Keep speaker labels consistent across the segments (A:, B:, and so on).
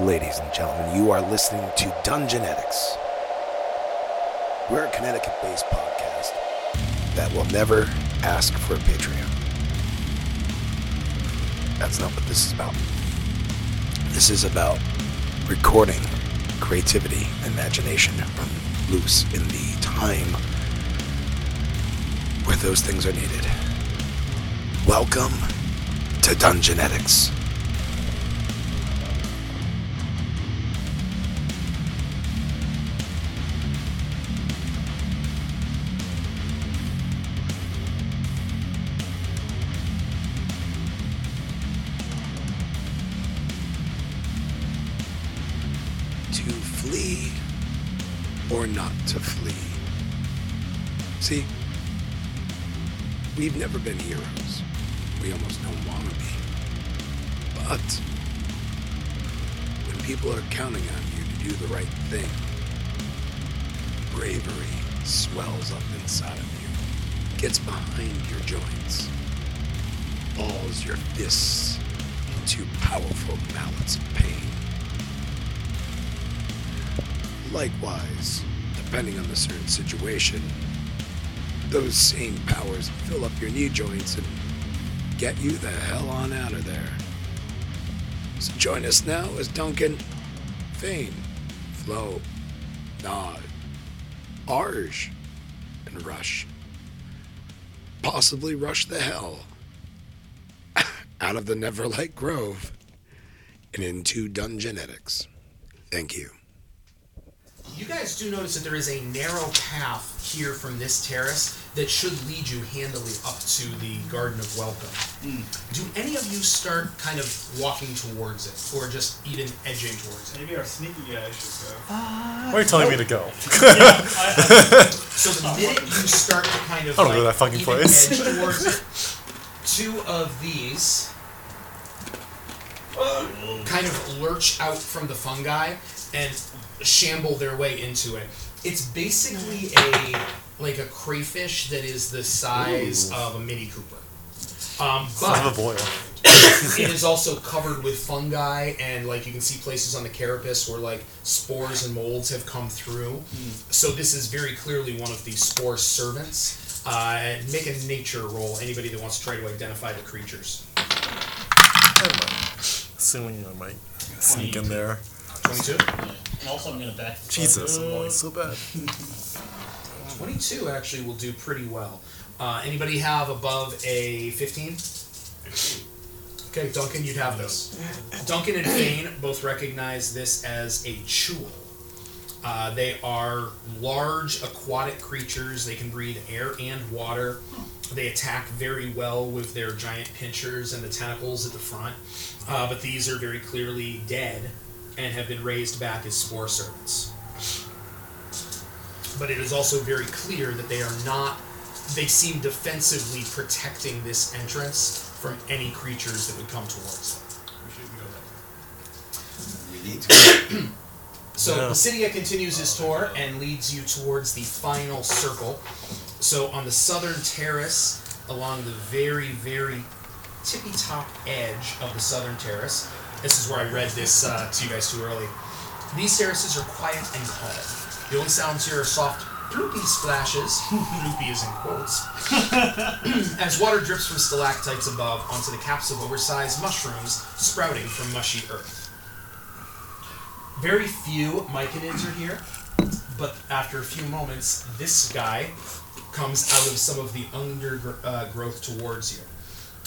A: Ladies and gentlemen, you are listening to Dungeonetics. We're a Connecticut based podcast that will never ask for a Patreon. That's not what this is about. This is about recording creativity, imagination run loose in the time where those things are needed. Welcome to Dungeonetics. to flee or not to flee. See, we've never been heroes. We almost don't want to be. But when people are counting on you to do the right thing, bravery swells up inside of you, gets behind your joints, balls your fists into powerful mallets of pain. Likewise, depending on the certain situation, those same powers fill up your knee joints and get you the hell on out of there. So join us now as Duncan, Fane, Flo, Nod, Arj, and Rush. Possibly rush the hell out of the Neverlight Grove and into Dungeonetics. Thank you.
B: You guys do notice that there is a narrow path here from this terrace that should lead you handily up to the Garden of Welcome. Do any of you start kind of walking towards it, or just even edging towards it?
C: Maybe our sneaky guy should go.
D: Why are you telling me to go?
B: So the minute you start to kind of
D: I don't know
B: like,
D: that fucking
B: even
D: place.
B: edge towards it, two of these kind of lurch out from the fungi and shamble their way into it. It's basically a like a crayfish that is the size of a Mini Cooper. Um,
D: I
B: but
D: have a boil.
B: it is also covered with fungi and like you can see places on the carapace where like spores and molds have come through so this is very clearly one of the spore servants uh, make a nature roll anybody that wants to try to identify the creatures
D: Assuming I might sneak in there.
B: 22
E: And also, I'm gonna back. the
D: Jesus,
E: fuck
D: I'm
E: up.
D: rolling so bad.
B: 22 actually will do pretty well uh, anybody have above a 15 okay duncan you'd have this duncan and Fane both recognize this as a chul Uh, they are large aquatic creatures. They can breathe air and water. They attack very well with their giant pinchers and the tentacles at the front. Uh, but these are very clearly dead and have been raised back as spore servants. But it is also very clear that they are not, they seem defensively protecting this entrance from any creatures that would come towards them.
C: We shouldn't go that
B: So
D: Yeah.
B: Pisidia continues his tour and leads you towards the final circle. So on the southern terrace, along the very, very tippy top edge of the southern terrace, this is where I read this uh, to you guys too early. These terraces are quiet and calm. The only sounds here are soft bloopy splashes. bloopy is in quotes as water drips from stalactites above onto the caps of oversized mushrooms sprouting from mushy earth. Very few myconids are here, but after a few moments, this guy comes out of some of the undergrowth uh, growth towards you.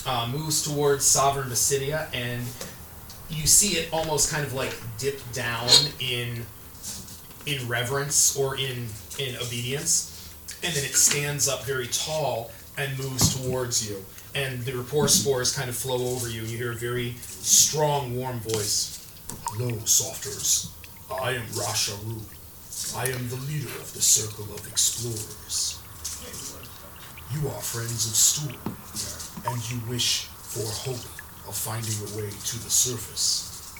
B: Uh, moves towards Sovereign Basidia, and you see it almost kind of like dip down in in reverence or in in obedience, and then it stands up very tall and moves towards you. And the rapport spores kind of flow over you, and you hear a very strong, warm voice. Hello, softers. I am Rasharu. I am the leader of the Circle of Explorers. You are friends of Stool, and you wish for hope of finding a way to the surface.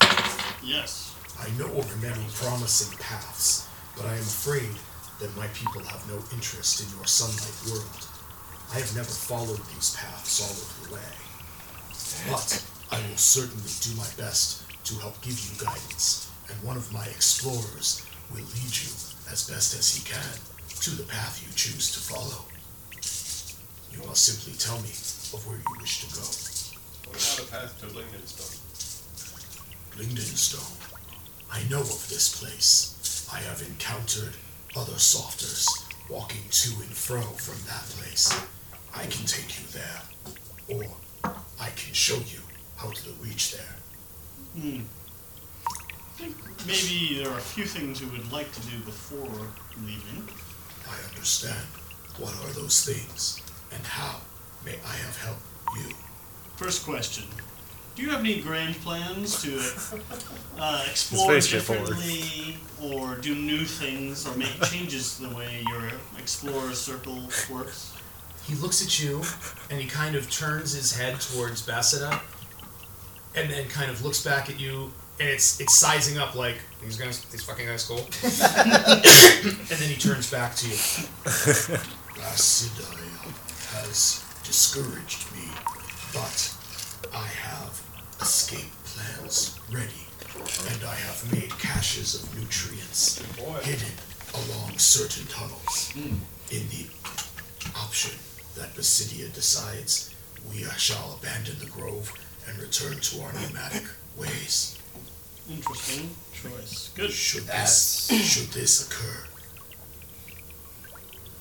E: Yes.
B: I know of many promising paths, but I am afraid that my people have no interest in your sunlight world. I have never followed these paths all of the way. But I will certainly do my best
F: to help give you guidance, and one of my explorers will lead you as best as he can to the path you choose to follow. You must simply tell me of where you wish to go.
G: What about a path to Lingenstone?
F: Lingdenstone. I know of this place. I have encountered other softers walking to and fro from that place. I can take you there, or I can show you how to reach there.
C: Maybe there are a few things we would like to do before leaving.
F: I understand. What are those things, and how may I have helped you?
C: First question. Do you have any grand plans to uh, explore
H: very straightforward.
C: differently or do new things or make changes to the way your explorer circle works?
B: He looks at you and he kind of turns his head towards Bassida and then kind of looks back at you and it's it's sizing up like he's gonna he's fucking gonna school. and then he turns back to you.
F: Basidia has discouraged me, but I have escape plans ready, and I have made caches of nutrients hidden along certain tunnels. In the option that Basidia decides, we shall abandon the grove and return to our nomadic ways.
C: Interesting choice. Good.
F: Should this, should this occur,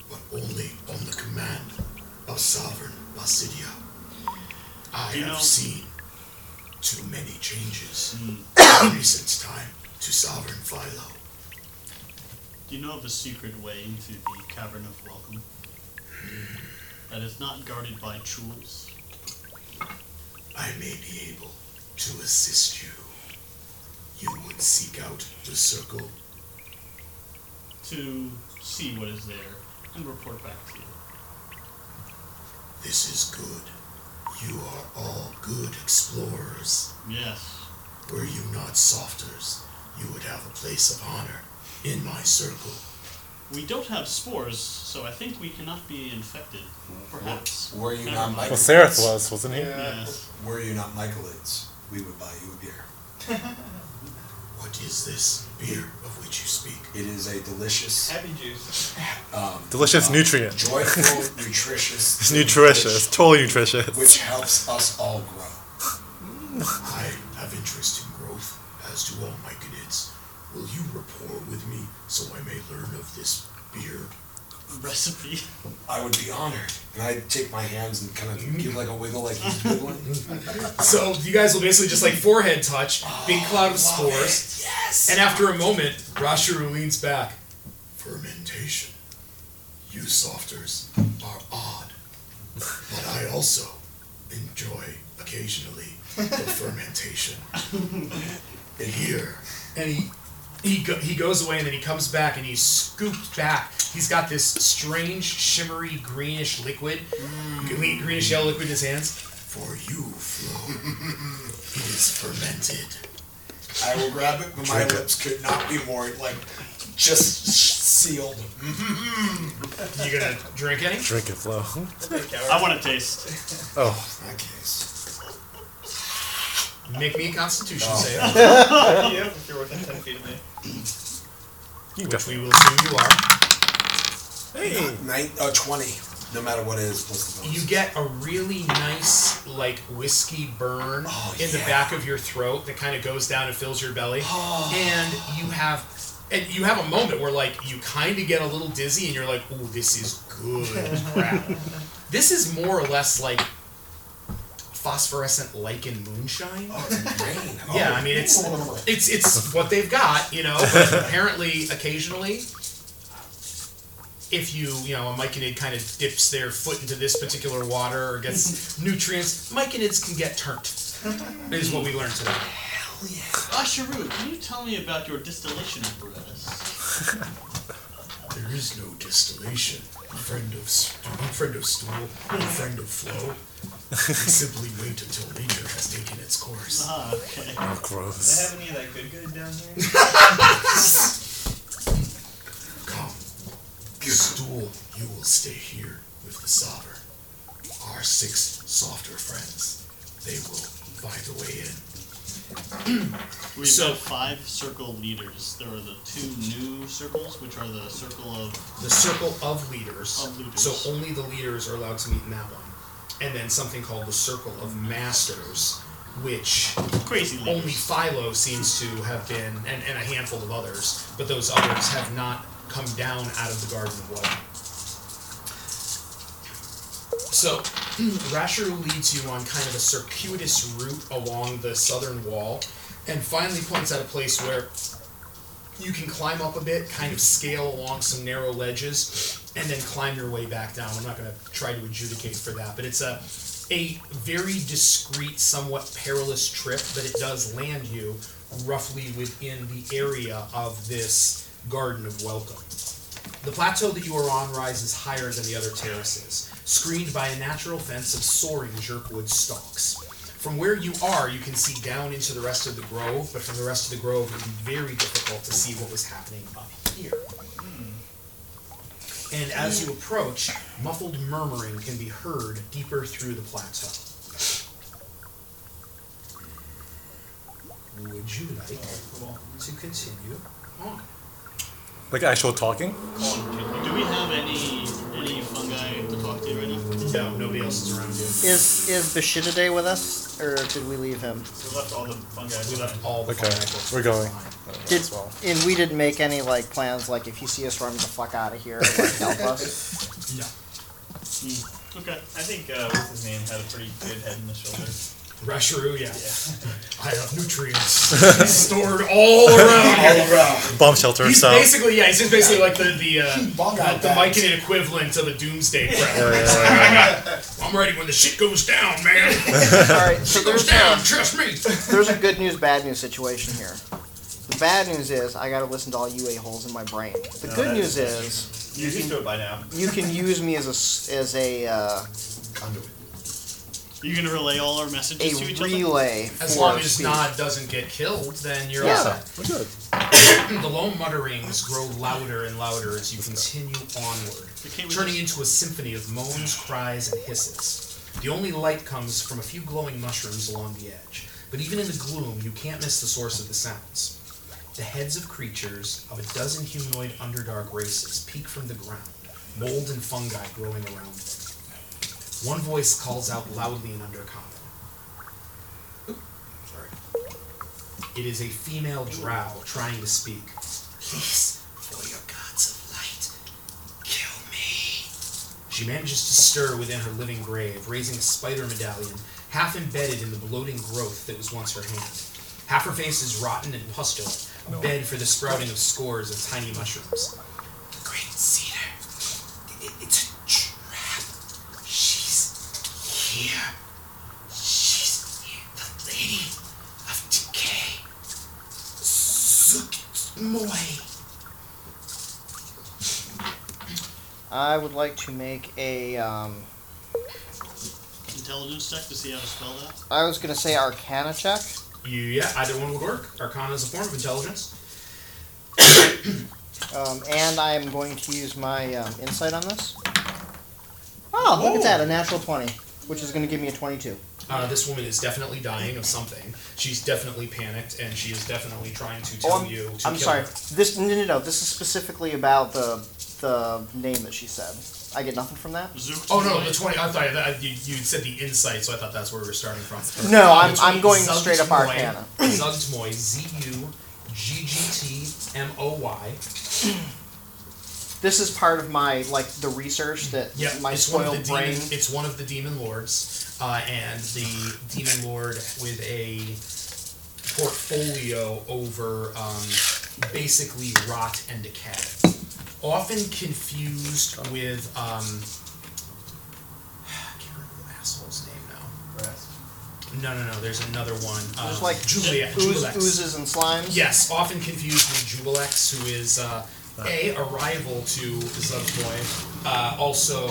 F: but only on the command of sovereign Basidia. I
C: You
F: have
C: know- Hmm.
F: seen too many changes in recent time to sovereign Philo.
C: Do you know of a secret way into the Cavern of Welcome? That is not guarded by tools.
F: I may be able to assist you. You would seek out the circle.
C: to see what is there and report back to you.
F: This is good. You are all good explorers.
C: Yes.
F: Were you not softers, you would have a place of honor in my circle.
C: We don't have spores, so I think we cannot be infected.
G: Uh,
C: Perhaps.
I: Were you
C: Never
I: not
C: mind.
I: Michael?
H: Well, Seraph was, wasn't he?
C: Yes.
I: Were you not Michaelids, we would buy you a beer.
F: What is this beer of which you speak?
I: It is a delicious,
G: Happy juice.
H: Delicious nutrient.
I: joyful, nutritious.
H: It's
I: drink
H: nutritious. Totally nutritious.
I: Which, which helps us all grow.
F: I have interest in growth, as do all my cadets. Will you rapport with me so I may learn of this beer?
C: Recipe.
I: I would be honored. And I'd take my hands and kind of give like a wiggle like he's wiggling.
B: So you guys will basically just like forehead touch, big cloud of spores,
I: yes!
B: and after a moment, Rashiru leans back.
F: Fermentation. You softers are odd, but I also enjoy occasionally the fermentation. And here,
B: and he he, go, he goes away and then he comes back and he's scooped back. He's got this strange shimmery greenish liquid, gre- greenish yellow liquid in his hands.
F: for you, Flo, it is fermented.
I: I will grab it, but my lips could not be more like just sealed.
B: You gonna drink any?
H: Drink it, Flo.
J: Hmm?
C: I want to taste.
H: Oh,
I: In that case.
B: Make me a Constitution save,
G: yeah, if you're within 10 feet of me.
H: you
B: which we
H: definitely.
B: will assume you are.
H: Hey,
I: Nine, uh, 20, no matter what it is, plus the bonus.
B: You get a really nice like whiskey burn
I: Oh,
B: in the
I: yeah.
B: back of your throat that kind of goes down and fills your belly,
I: Oh.
B: and you have. And you have a moment where, like, you kind of get a little dizzy, and you're like, "Ooh, this is good crap." This is more or less like phosphorescent lichen moonshine.
I: Oh, it's rain. Oh.
B: Yeah, I mean it's it's it's what they've got, you know. But apparently, occasionally, if you you know a myconid kind of dips their foot into this particular water or gets nutrients, myconids can get turnt. Is what we learned today.
C: Asheru, Ah, can you tell me about your distillation apparatus?
F: There is no distillation. Friend of stu- friend of stool, friend of flow. simply wait until nature has taken its course.
C: Ah, okay.
H: oh,
G: Do they
H: gross.
G: have any like good good down here?
F: Come, stool, you will stay here with the sovereign. Our six softer friends, they will find a way in.
E: We've
B: So-
E: got five circle leaders. There are the two new circles, which are the circle of
B: the circle of leaders.
E: Of leaders.
B: So only the leaders are allowed to meet in that one. And then something called the circle of masters, which
E: crazy
B: only
E: leaders.
B: Philo seems to have been, and, and a handful of others, but those others have not come down out of the Garden of Woe. So, Rasher leads you on kind of a circuitous route along the southern wall, and finally points out a place where you can climb up a bit, kind of scale along some narrow ledges, and then climb your way back down. I'm not going to try to adjudicate for that, but it's a a very discreet, somewhat perilous trip, but it does land you roughly within the area of this Garden of Welcome. The plateau that you are on rises higher than the other terraces, screened by a natural fence of soaring jerkwood stalks. From where you are, you can see down into the rest of the grove, but from the rest of the grove, it would be very difficult to see what was happening up here. And as you approach, muffled murmuring can be heard deeper through the plateau. Would you like to continue on?
D: Like actual talking?
E: Do we have any any fungi to talk to right now? We
B: No, nobody else is around you.
J: Is is Bashidaday with us, or did we leave him?
E: left all the fungi.
B: We left all the
D: Okay,
B: pineapples
D: we're going.
B: behind.
J: Did
D: As well.
J: and we didn't make any like plans like if you see us run the fuck out of here, like, help us.
B: No.
E: Okay.
C: I think uh, what's his name had a pretty good head in the shoulders.
B: Rashiru, yeah. I have nutrients stored all around here.
I: All around.
D: Bomb shelter,
B: He's
D: so.
B: basically, yeah, he's just basically like the the uh,
I: Bug
B: uh,
I: out
B: the
I: bags.
B: Myconid equivalent of a doomsday prep.
D: Yeah, yeah, yeah.
B: I'm ready when the shit goes down, man.
J: All right, so
B: Shit goes
J: there's
B: down,
J: a,
B: trust me.
J: there's a good news bad news situation here. The bad news is I gotta listen to all you a holes in my brain. The
C: No,
J: good
C: that is-
J: news is
C: You're used to it by now.
J: you can use me as a s- as a uh,
F: Conduit.
E: You gonna relay all our
J: a
E: messages to each other?
J: relay
B: As
J: for
B: long as
J: speed.
B: Nod doesn't get killed, then you're all
J: Yeah.
B: set. The low mutterings grow louder and louder as you continue onward,
E: Can't we
B: turning
E: just-
B: into a symphony of moans, cries, and hisses. The only light comes from a few glowing mushrooms along the edge, but even in the gloom, you can't miss the source of the sounds. The heads of creatures of a dozen humanoid underdark races peek from the ground, mold and fungi growing around them. One voice calls out loudly in undercommon. Sorry. It is a female drow trying to speak. Please, for your gods of light, kill me. She manages to stir within her living grave, raising a spider medallion, half embedded in the bloating growth that was once her hand. Half her face is rotten and pustulent, a bed for the sprouting of scores of tiny mushrooms. The Great Cedar. I- i- It's a trap. She's here. She's here. The Lady of Decay. Sukmoy.
J: I would like to make a. Um,
E: Intelligence check to see how to spell that.
J: I was gonna say Arcana check.
B: Yeah, either one would work. Arcana is a form of intelligence.
J: Um, and I am going to use my um, insight on this. Oh, look at that, a natural 20, which is going to give me a 22.
B: Uh, this woman is definitely dying of something. She's definitely panicked, and she is definitely trying to tell
J: Oh, I'm,
B: you to
J: I'm
B: kill
J: sorry.
B: her.
J: This no, no, no. This is specifically about the the name that she said. I get nothing from that.
E: Zook.
B: Oh no, the twenty. I thought that you, you said the insight, so I thought that's where we were starting from.
J: No, I'm,
B: Between
J: I'm going
B: Zugtmoy-
J: straight up Arcana.
B: Zugtmoy, Z U G G T M O Y.
J: This is part of my like the research that
B: Yeah,
J: my
B: it's one of
J: spoiled
B: the
J: brain.
B: demon, It's one of the demon lords, uh, and the demon lord with a portfolio over um, basically rot and decay, often confused with um, I can't remember the asshole's name now. No, no, no. There's another one. Um,
J: There's like
B: Juliet.
J: ooze,
B: Jubilex.
J: oozes and slimes.
B: Yes, often confused with Jubilex, who is uh, a a rival to Zugboy, uh, also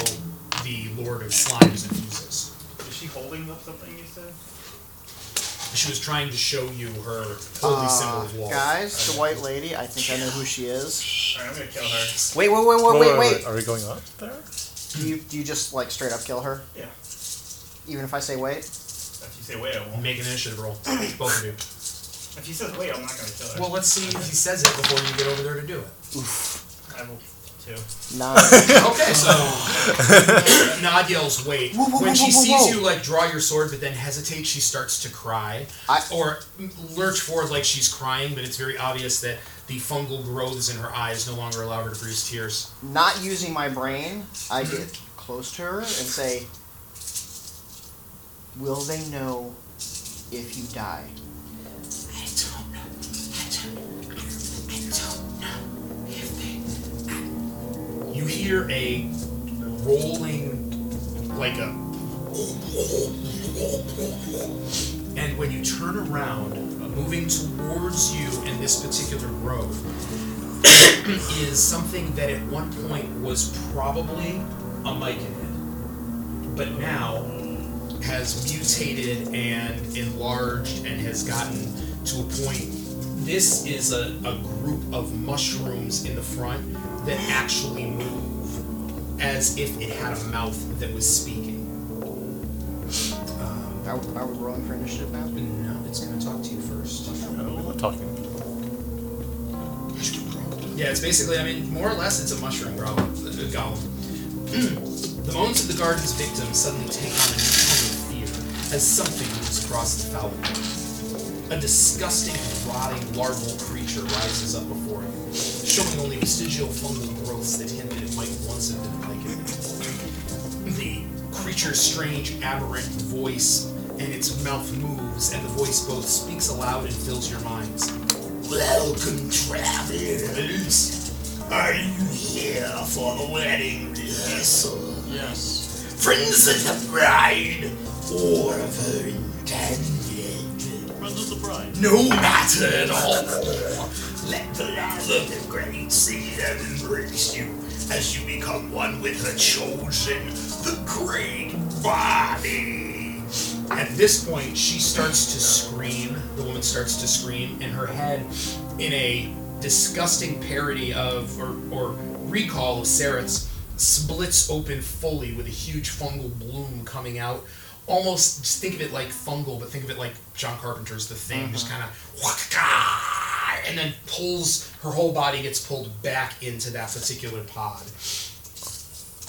B: the Lord of Slimes and Oozes.
C: Is she holding up something you said?
B: She was trying to show you her holy symbol of wall.
J: Uh, Guys, the white lady. I think I know who she is.
C: Alright, I'm gonna kill her.
J: Wait, wait, wait, wait, wait, wait.
D: Are we going up there?
J: Do you do you just like straight up kill her?
C: Yeah.
J: Even if I say wait.
C: If you say wait, I won't.
B: Make an initiative roll, both of you.
C: If he says wait, I'm not gonna kill her.
B: Well, let's see if he says it before you get over there to do it.
C: I will too.
J: Nine.
B: Okay, so Nod yells, "Wait!"
J: Whoa, whoa,
B: when
J: whoa,
B: she
J: whoa, whoa,
B: sees you
J: whoa.
B: like draw your sword, but then hesitate, she starts to cry,
J: I-
B: or lurch forward like she's crying, but it's very obvious that the fungal growths in her eyes no longer allow her to produce tears.
J: Not using my brain, I get close to her and say, "Will they know if you die?"
K: I don't know. I don't, I don't know if they.
B: You hear a rolling, like a. And when you turn around, uh, moving towards you in this particular grove, is something that at one point was probably a myconid, but now has mutated and enlarged and has gotten to a point. This is a, a group of mushrooms in the front that actually move as if it had a mouth that was speaking. Um,
J: Are, are we rolling for initiative now?
B: no, it's going to talk to you first.
D: I'm talking.
B: Yeah, it's basically, I mean, more or less, it's a mushroom golem. A golem. the moans of the garden's victims suddenly take on a tone of fear as something moves across the foul plain. A disgusting, rotting, larval creature rises up before you, showing only vestigial fungal growths that hint that it might once have been like The creature's strange, aberrant voice and its mouth moves, and the voice both speaks aloud and fills your minds.
K: Welcome, travelers. Are you here for the wedding rehearsal?
E: Yes.
K: Friends of the bride or of her intended?
E: Friends of the bride.
K: No matter at all. Let the love of the great seer embrace you as you become one with her chosen, the great body.
B: At this point, she starts to scream. The woman starts to scream, and her head, in a disgusting parody of or, or recall of Sereth's, splits open fully with a huge fungal bloom coming out. Almost just think of it like fungal, but think of it like John Carpenter's The Thing, just kind of and then pulls her whole body gets pulled back into that particular pod.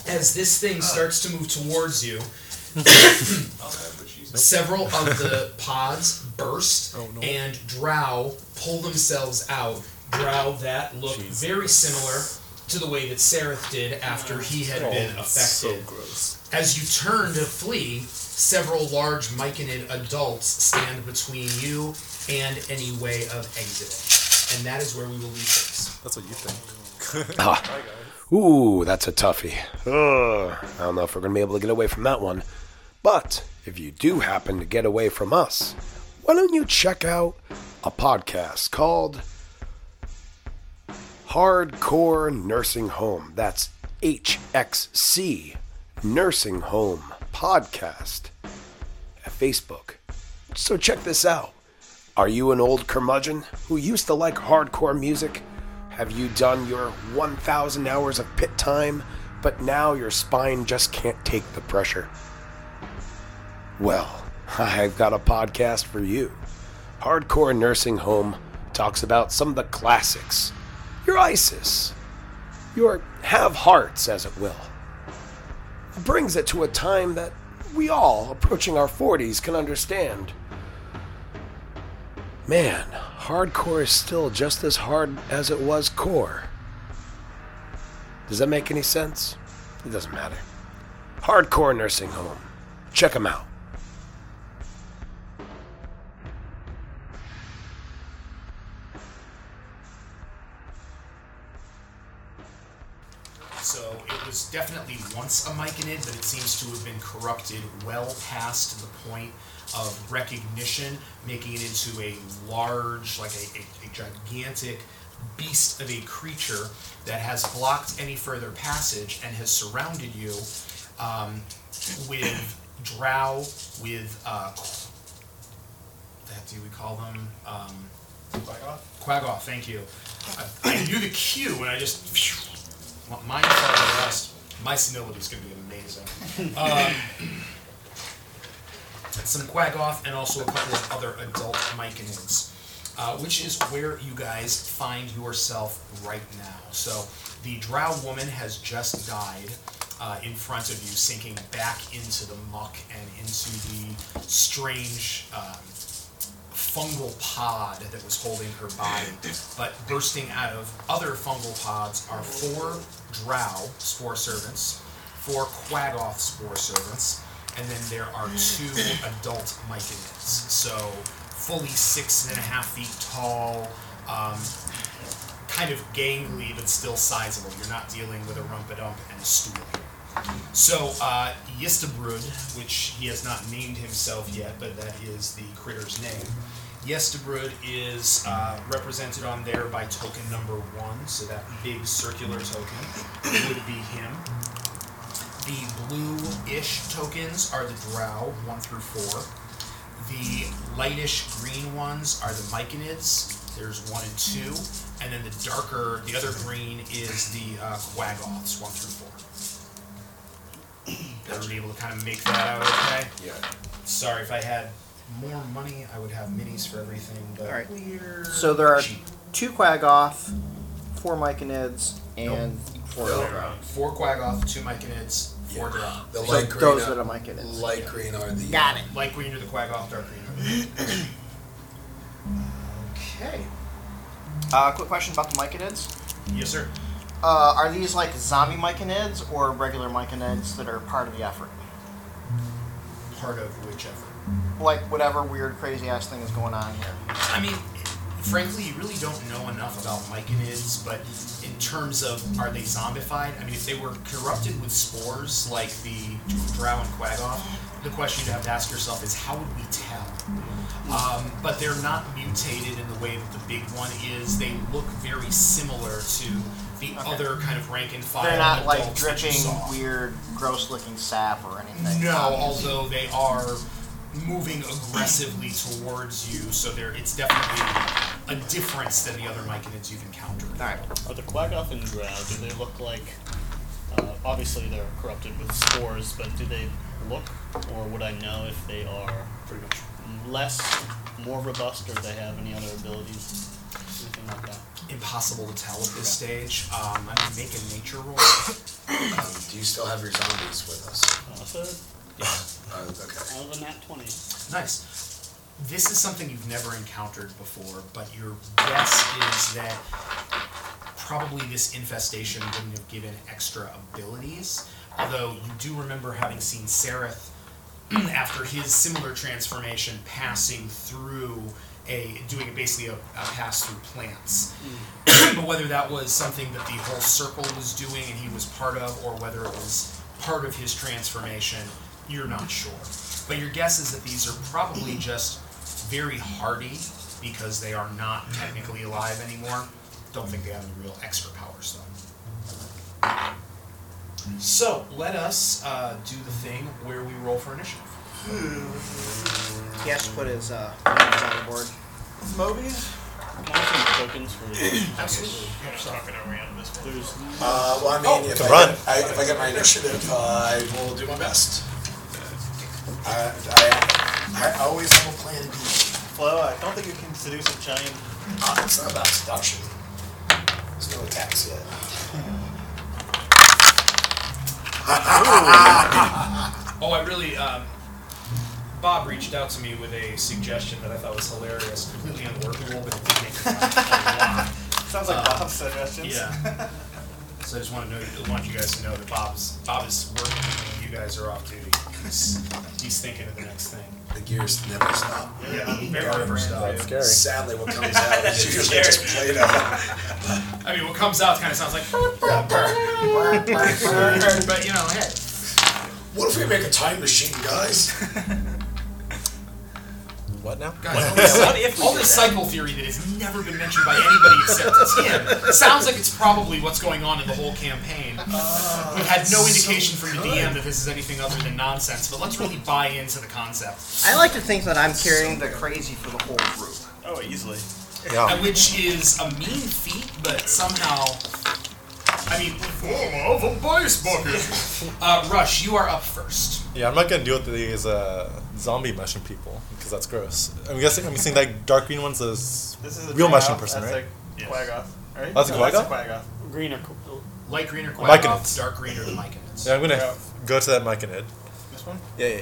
B: As this thing starts to move towards you, Several of the pods burst, and Drow pull themselves out. Drow that look very similar to the way that Sereth did after he had been affected.
D: gross.
B: As you turn to flee, several large myconid adults stand between you and any way of exiting. And that is where we will leave this.
D: That's what you think.
A: Ah. Ooh, that's a toughie. Ugh. I don't know if we're going to be able to get away from that one. But if you do happen to get away from us, why don't you check out a podcast called Hardcore Nursing Home? That's HXC Nursing Home Podcast at Facebook. So check this out. Are you an old curmudgeon who used to like hardcore music? Have you done your 1,000 hours of pit time, but now your spine just can't take the pressure? Well, I've got a podcast for you. Hardcore Nursing Home talks about some of the classics. Your ISIS, your Have Hearts, as it will. It brings it to a time that we all, approaching our 40s, can understand. Man, hardcore is still just as hard as it was core. Does that make any sense? It doesn't matter. Hardcore Nursing Home. Check them out.
B: So it was definitely once a myconid, but it seems to have been corrupted well past the point of recognition, making it into a large, like a, a, a gigantic beast of a creature that has blocked any further passage and has surrounded you um, with drow, with uh, that do we call them? Um, Quaggoff, thank you. I, I knew the cue when I just. My- Mine fell the rest. My senility is going to be amazing. Um, Uh, some quack off, and also a couple of other adult mycanids, uh, which is where you guys find yourself right now. So the drow woman has just died uh, in front of you, sinking back into the muck and into the strange. Um, fungal pod that was holding her body, but bursting out of other fungal pods are four drow spore servants, four quagoth spore servants, and then there are two adult mycanids. So fully six and a half feet tall, um, kind of gangly but still sizable. You're not dealing with a rumpadump and a stool here. So, uh, Yistabrud, which he has not named himself yet, but that is the critter's name. Yistabrud is uh, represented on there by token number one, so that big circular token would be him. The blue-ish tokens are the drow, one through four. The lightish green ones are the myconids. There's one and two, and then the darker, the other green is the uh, quagoths, one through four. I was able to kind of make that out okay.
I: Yeah.
B: Sorry if I had more money, I would have minis for everything. But
J: All right.
B: we're
J: So there are
B: cheap.
J: two Quagoth, four Myconids, and four
A: Nope.
J: Drow.
B: four Quagoth, two Myconids,
A: Yeah.
B: four
I: Oh,
B: Drow.
A: The
J: So
A: light green
J: those
A: are,
J: that are Myconids.
A: light green are the
J: it.
B: Light green are the Quagoth, dark green are the. okay.
J: Uh, quick question about the Myconids.
B: Yes, sir.
J: Uh, are these like zombie Myconids or regular Myconids that are part of the effort?
B: Part of whichever.
J: Like whatever weird crazy ass thing is going on here.
B: I mean, frankly, you really don't know enough about myconids, but in terms of are they zombified? I mean, if they were corrupted with spores like the Drow and Quagoff, the question you'd have to ask yourself is how would we tell? Um, but they're not mutated in the way that the big one is. They look very similar to the
J: Okay.
B: other kind of rank and file.
J: They're not like
B: adults that you
J: dripping
B: saw.
J: weird, gross looking sap or anything. Um,
B: No,
J: obviously.
B: although they are moving aggressively towards you, so there it's definitely a difference than the other myconids you've encountered.
J: All right.
D: Are the Quagoff and Drow, do they look like. Uh, obviously, they're corrupted with spores, but do they look, or would I know if they are pretty much less, more robust, or they have any other abilities? Anything like that?
B: Impossible to tell at this stage. Um, I mean, make a nature roll.
A: Um, do you still have your zombies with us?
D: Uh, so,
A: Uh, okay.
D: out of a nat 20.
B: Nice. This is something you've never encountered before, but your guess is that probably this infestation wouldn't have given extra abilities. Although you do remember having seen Sereth after his similar transformation passing through a doing basically a, a pass through plants. but whether that was something that the whole circle was doing and he was part of, or whether it was part of his transformation, you're not sure. But your guess is that these are probably just very hardy because they are not technically alive anymore. Don't think they have any real extra powers though. So let us uh, do the thing where we roll for initiative.
J: He has to put his uh, names on the board.
I: Mobius?
D: Can I have some tokens for the.
B: Absolutely.
C: Talking around this one.
D: There's
I: Uh, well, I mean,
D: Oh,
I: if,
D: to
I: I
D: run.
I: Get, I, if I get my initiative, uh, I will do my best. I, I, I always have a plan B.
C: Well, I don't think you can seduce a giant.
I: Uh, it's not about seduction. There's no attacks yet.
B: Oh, I really. Um, Bob reached out to me with a suggestion that I thought was hilarious, completely unworkable, but it did make me laugh a lot. Um,
C: Sounds like Bob's suggestions.
B: Yeah. so I just want to know, want you guys to know that Bob's Bob is working and you guys are off duty. He's, he's thinking of the next thing.
A: The gears never stop.
B: Yeah, very rubber stuff.
D: scary.
A: Sadly, what comes out is usually just played out.
B: I mean, what comes out kind of sounds like, but you know, hey.
A: What if we make a time machine, guys?
D: What now?
B: Guys, all this, all this cycle theory that has never been mentioned by anybody except us him sounds like it's probably what's going on in the whole campaign. We've had no indication from the DM that this is anything other than nonsense, but let's really buy into the concept,
J: I like to think that I'm carrying the crazy for the whole group.
C: Oh, easily.
B: Uh, which is a mean feat, but somehow. I mean, form of a vice bucket. Uh, Rush, you are up first.
H: Yeah, I'm not gonna deal with these uh, zombie mushroom people because that's gross. I'm guessing. I'm guessing that dark green one's those
C: This is a
H: real
C: Quaggoth,
H: mushroom person,
C: that's
H: right?
C: A Quaggoth, right?
H: That's a
C: No,
H: Quaggoth?
D: Green or
B: Light green or
H: Myconid.
B: quaggoth, dark green or the myconid.
H: Yeah, I'm gonna
C: Yeah.
H: go to that mic and head.
C: This one?
H: Yeah, yeah,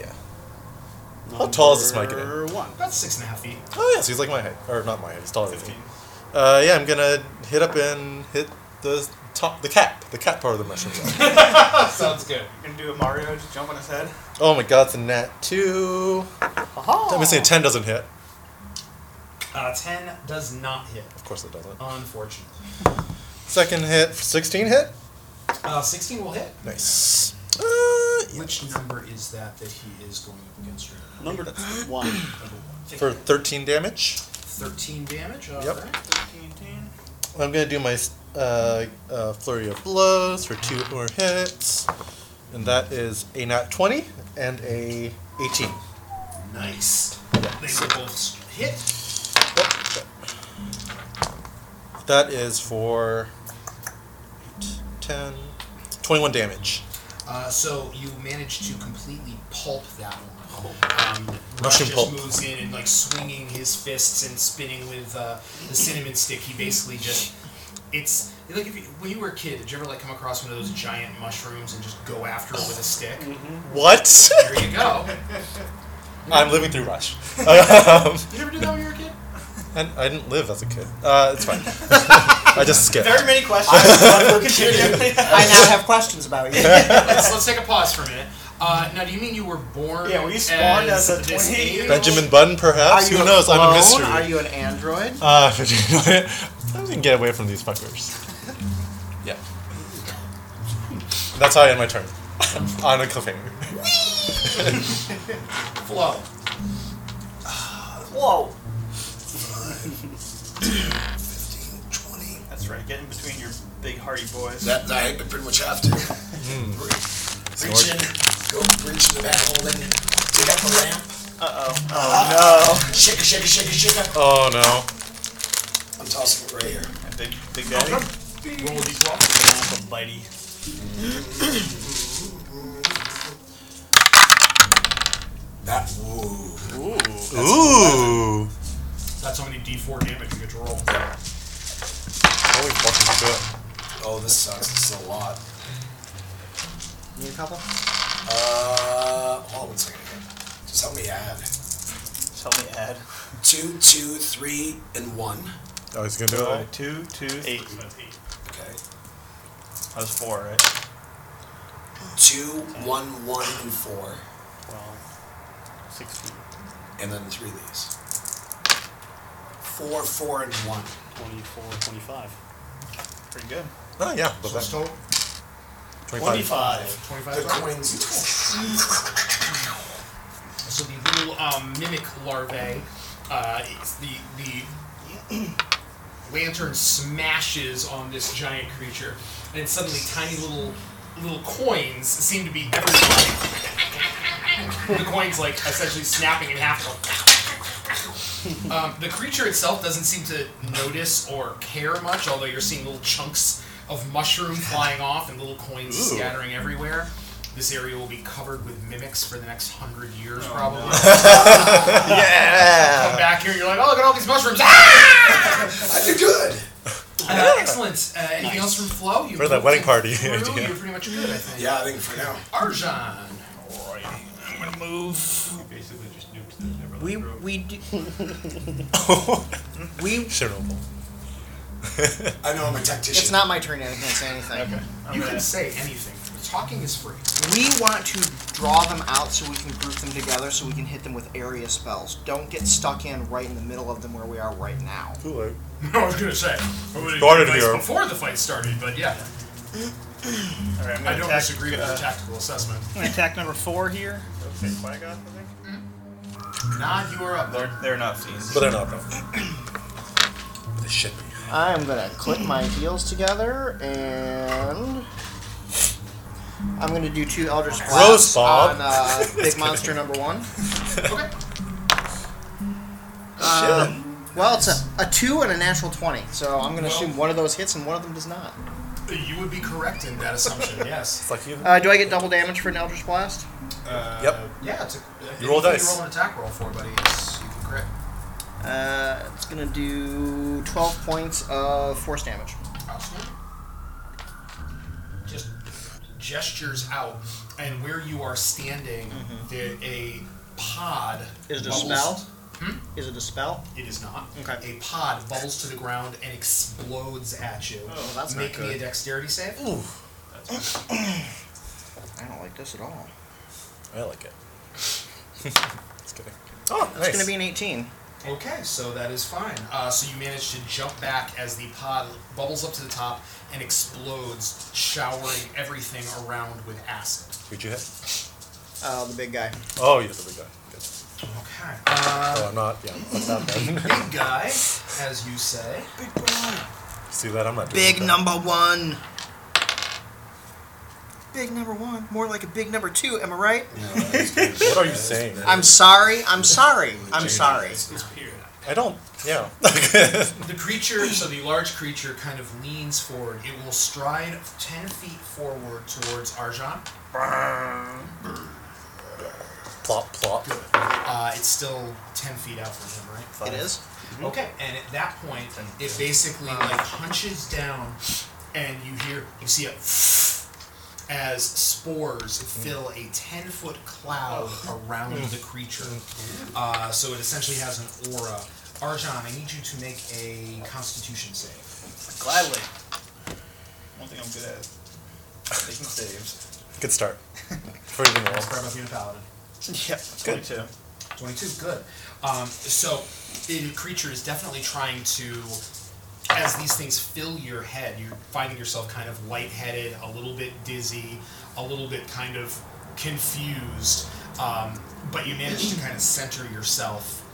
H: yeah. How tall is this mic again?
D: Number One.
B: About six and a half feet.
H: Oh yeah, so he's like my height, or not my height. He's taller than me.
C: 15.
H: Uh, yeah, I'm gonna hit up and hit the top, the cap, the cap part of the mushroom. guy.
B: Sounds good.
C: You gonna do a Mario, just jump on his head?
H: oh my god, it's a nat two. I'm gonna say a ten doesn't hit.
B: Uh, ten does not hit,
H: Of course it doesn't.
B: unfortunately.
H: Second hit, sixteen hit.
B: Uh, Sixteen will hit.
H: Nice. Uh, yeah.
B: Which number is that that he is going up against? Right now?
D: Number one.
H: For thirteen damage.
B: Thirteen damage. All
H: Yep.
B: right.
C: 15.
H: I'm gonna do my uh, uh, flurry of blows for two more hits, and that is a nat twenty and a eighteen.
B: Nice. They will both hit.
H: That is for 8, 10, 21 damage.
B: Uh, so you manage to completely pulp that one. Um, Rush
H: Oh. Russian
B: just
H: pulp.
B: moves in and like swinging his fists and spinning with uh, the cinnamon stick. He basically just it's like if you, when you were a kid, did you ever like come across one of those giant mushrooms and just go after it with a stick?
D: Mm-hmm.
H: What?
B: There you go.
H: I'm living through Rush. um,
B: You never did that when you were a kid?
H: and I didn't live as a kid. Uh, it's fine. I just skipped.
C: Very many questions.
J: I now have questions about you.
B: let's, let's take a pause for a minute. Uh, now, do you mean you were born?
C: Yeah, were you spawned as a
B: this
C: 20
B: alien?
H: Benjamin Button,
J: Are
H: perhaps?
J: you
H: Who knows?
J: A
H: I'm a
J: clone?
H: mystery.
J: Are you an android?
H: Uh, I can get away from these fuckers. Yeah. That's how I end my turn. On a cliffhanger.
B: Flow.
C: Whoa!
I: 15, 20.
C: That's right, get in between your big hardy boys.
I: That night, I pretty much have to. Re- reach in, go reach in the back hole and dig up a lamp.
C: Uh oh. Oh
I: Shake it, shake it, shake it, shake it.
H: Oh no.
I: I'm tossing it right here.
C: no. Big, big daddy.
D: Roll these blocks. Map of bitey.
I: That, whoa.
H: Ooh.
B: That's how many D4 damage you get to roll.
H: Holy fucking shit.
I: Oh, this sucks. This is a lot.
J: Need a couple?
I: Uh, hold on one second again. Just help me add.
C: Just help me add.
I: Two, two, three, and one.
H: Oh, he's gonna do it.
C: Uh, two, two, eight.
D: Eight.
I: Okay.
C: That was four, right?
I: Two, one, one, and four.
D: Twelve. Sixteen.
I: And then three of these. Four, four, and one.
D: Twenty-four. Twenty-five.
C: Pretty good.
H: Oh yeah, love that.
B: total?
H: 25.
D: Twenty-five.
B: 25
I: The
B: total.
I: coins.
B: So the little um, mimic larvae, uh, it's the, the lantern smashes on this giant creature, and suddenly tiny little little coins seem to be everywhere. the coins like essentially snapping in half. Um, the creature itself doesn't seem to notice or care much, although you're seeing little chunks of mushroom flying off and little coins scattering everywhere. This area will be covered with mimics for the next hundred years, probably. Come
H: Yeah.
B: back here, you're like, oh, look at all these mushrooms. Ah!
I: I did good.
B: Uh, excellent. Uh, anything else from Flo? You
H: For that
B: moved
H: wedding
B: it
H: party
B: through.
H: idea.
B: You're pretty much good, I think.
I: Yeah, I think for now.
B: Arjan.
C: You basically just nuked the Neverland
J: We
C: Grove.
J: we do, we.
H: Chernobyl.
I: I know I'm a tactician.
J: It's not my turn yet. I can't say anything.
C: Okay. I'm
B: You
C: gonna-
B: can say anything. Talking is free.
J: We want to draw them out so we can group them together so we can hit them with area spells. Don't get stuck in right in the middle of them where we are right now.
H: Cool.
B: I was gonna say.
H: Started advice here.
B: Before the fight started, but yeah,
C: All right, I'm
B: I
C: gonna
B: don't
C: attack,
B: disagree with your tactical assessment.
D: I'm gonna attack number four here.
C: Okay, Quaggoth, I think.
B: Nod, Mm-hmm. you are up.
C: They're, they're not fiends.
H: But they're not though. They should be.
J: I'm gonna click my heels together and I'm gonna do two Eldritch
H: Gross,
J: Blasts
H: Bob.
J: on uh, Big Monster number one.
B: Okay.
H: Uh,
J: Well, it's a, a two and a natural twenty, so I'm gonna assume one of those hits and one of them does not.
I: You would be correct in that assumption, yes.
H: It's like you.
J: Uh, do I get double damage for an Eldritch Blast?
I: Uh,
H: Yep.
I: Yeah, it's a,
H: You roll
I: anything
H: dice.
I: You roll an attack roll for, buddy. It's, you can correct.
J: Uh, it's gonna do 12 points of force damage.
B: just gestures out, and where you are standing, there a pod
J: Is it a
B: bubbles-
J: spell? Hmm? Is it a spell?
B: It is not.
J: Okay.
B: A pod bubbles to the ground and explodes at you.
J: Oh, that's not
B: Make me
J: good.
B: a dexterity save.
H: Ooh,
J: I don't like this at all.
H: I like it. uh, Just kidding. Oh,
J: That's
H: nice.
J: gonna be an 18.
B: Okay, so that is fine. Uh, so you manage to jump back as the pod bubbles up to the top and explodes, showering everything around with acid.
H: Who'd you hit?
J: Uh, the big guy.
H: Oh, you hit the big guy. Good.
B: Okay. Uh,
H: Oh, I'm not. Yeah, I'm not bad.
B: big guy, as you say.
H: See that? I'm not. doing
J: Big
H: that.
J: number one. Big number one. More like a big number two, am I right?
H: What are you saying?
J: I'm sorry. I'm sorry. I'm sorry.
H: I don't. Yeah.
B: The creature, so the large creature, kind of leans forward. It will stride ten feet forward towards Arjan.
H: plop, plop.
B: Uh, it's still ten feet out from him, right?
J: It is.
B: Okay, and at that point, it basically like hunches down, and you hear, you see it as spores fill a 10 foot cloud around the creature. Uh, so it essentially has an aura. Arjan, I need you to make a constitution save.
C: Gladly. I don't think I'm good at making saves.
H: Good start. For even
B: That's
H: more.
B: probably about being a paladin.
J: Yeah.
C: 22.
B: 22, good. Um, so, the creature is definitely trying to, as these things fill your head, you're finding yourself kind of lightheaded, a little bit dizzy, a little bit kind of confused, um, but you manage to kind of center yourself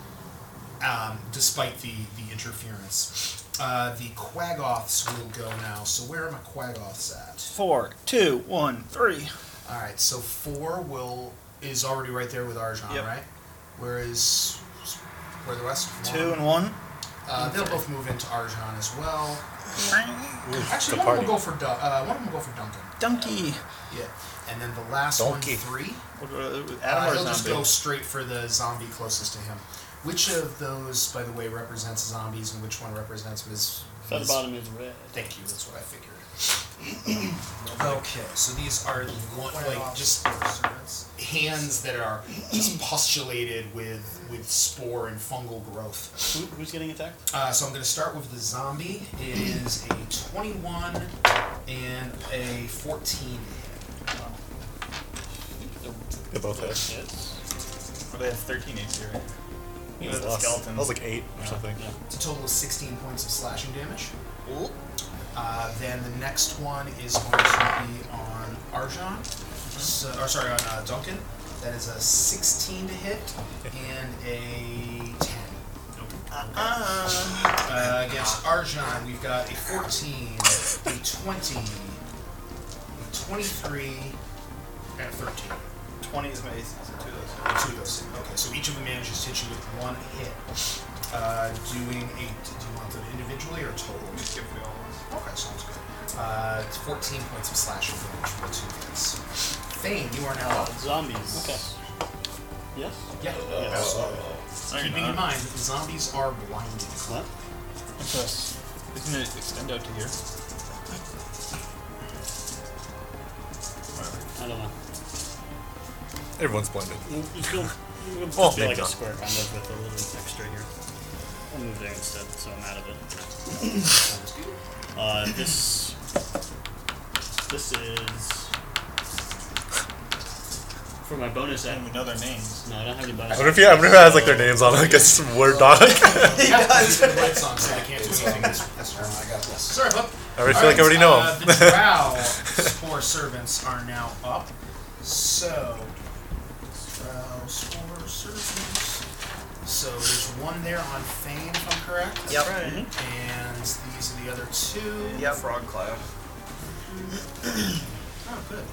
B: um, despite the, the interference. Uh, the Quagoths will go now. So, where are my Quagoths at?
D: Four, two, one, three.
B: All right, so four will is already right there with Arjan,
D: Yep.
B: right? Where is where the rest?
D: Two
B: One.
D: and one.
B: Uh, they'll both move into Arjan as well.
H: Ooh,
B: Actually,
H: the
B: one
H: party.
B: will go for Dun- uh, one will go for Duncan.
D: Donkey.
B: Yeah, and then the last
H: Donkey.
B: one, three.
D: We'll go to
B: Uh,
D: Adam
B: he'll
D: or
B: just go
D: zombie.
B: straight for the zombie closest to him. Which of those, by the way, represents zombies, and which one represents Ms.
D: At the
B: Ms.
D: bottom is red.
B: Thank you. That's what I figured. okay, so these are the one, like just hands that are just postulated with with spore and fungal growth.
D: Who, who's getting attacked?
B: Uh, so I'm going to start with the zombie. It is a 21 and a 14.
H: They both hit.
D: Hits.
C: Well, they have 13 AC, right? You know, the
H: Lost.
C: skeletons.
H: That was like eight or something.
B: It's a total of 16 points of slashing damage. Uh, then the next one is going to be on Arjan. So, or sorry, on uh, Duncan. That is a 16 to hit and a 10. Uh, against Arjan, we've got a 14, a 20, a 23, and a 13.
C: 20 is my AC, so two of those.
B: Two of those. Okay, so each of them manages to hit you with one hit. Uh, doing eight. Do you want them individually or total?
C: Just give me all one.
B: Okay, sounds good. Uh, it's 14 points of slashing damage for the two hits. Thane, you are now up.
D: Zombies. Okay. Yes?
B: Yeah.
D: Yes.
B: Keeping in mind that the zombies are blinded.
D: What?
C: Plus, isn't it extend out to here?
D: I don't know.
H: Everyone's blinded.
D: It's cool. It'll
H: Oh,
D: just be
H: thank
D: like a
H: God.
D: square kind of with a little extra here. I'll move there instead, so I'm out of it. Uh, this. This is. For my bonus, I
C: And we know their names.
D: No, I don't have any
H: I
D: bonus.
H: wonder if, he, I wonder if it has like their names on it, like a s- word doc. I
B: He does. The red song, so they can't do anything this, this round. I got this. Sorry, bub.
H: already feel like I already know
B: Uh,
H: him.
B: the drow poor servants are now up. So, drow spore servants. So there's one there on Thane, if I'm correct.
J: Yep.
C: Mm-hmm.
B: And these are the other two.
J: Yep.
C: Frog Cloud.
B: Oh, good.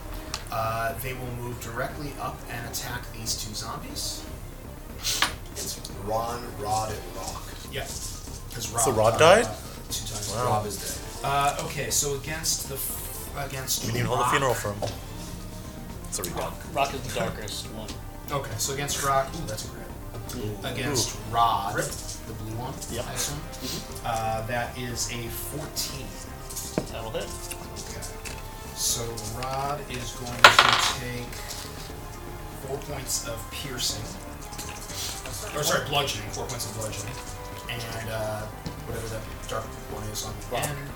B: Uh, they will move directly up and attack these two zombies.
I: It's Ron, Rod, and Rock.
B: Yeah. Because Rob.
H: So Rob died?
B: Two times.
H: Wow.
I: Rob is dead.
B: Uh, okay, so against the against
H: We need to hold a
B: rock.
H: funeral for him. It's already done.
D: Rock is the darkest one.
B: Okay, so against rock. Ooh, that's a crit. Against rod, the blue one. I assume.
I: Mm-hmm.
B: Uh, that is a 14.
D: That'll hit.
B: Okay. So Rod is going to take four points of piercing. Or sorry, bludgeoning. Four points of bludgeoning. And uh, whatever that dark one is on the
D: Rock.
B: end.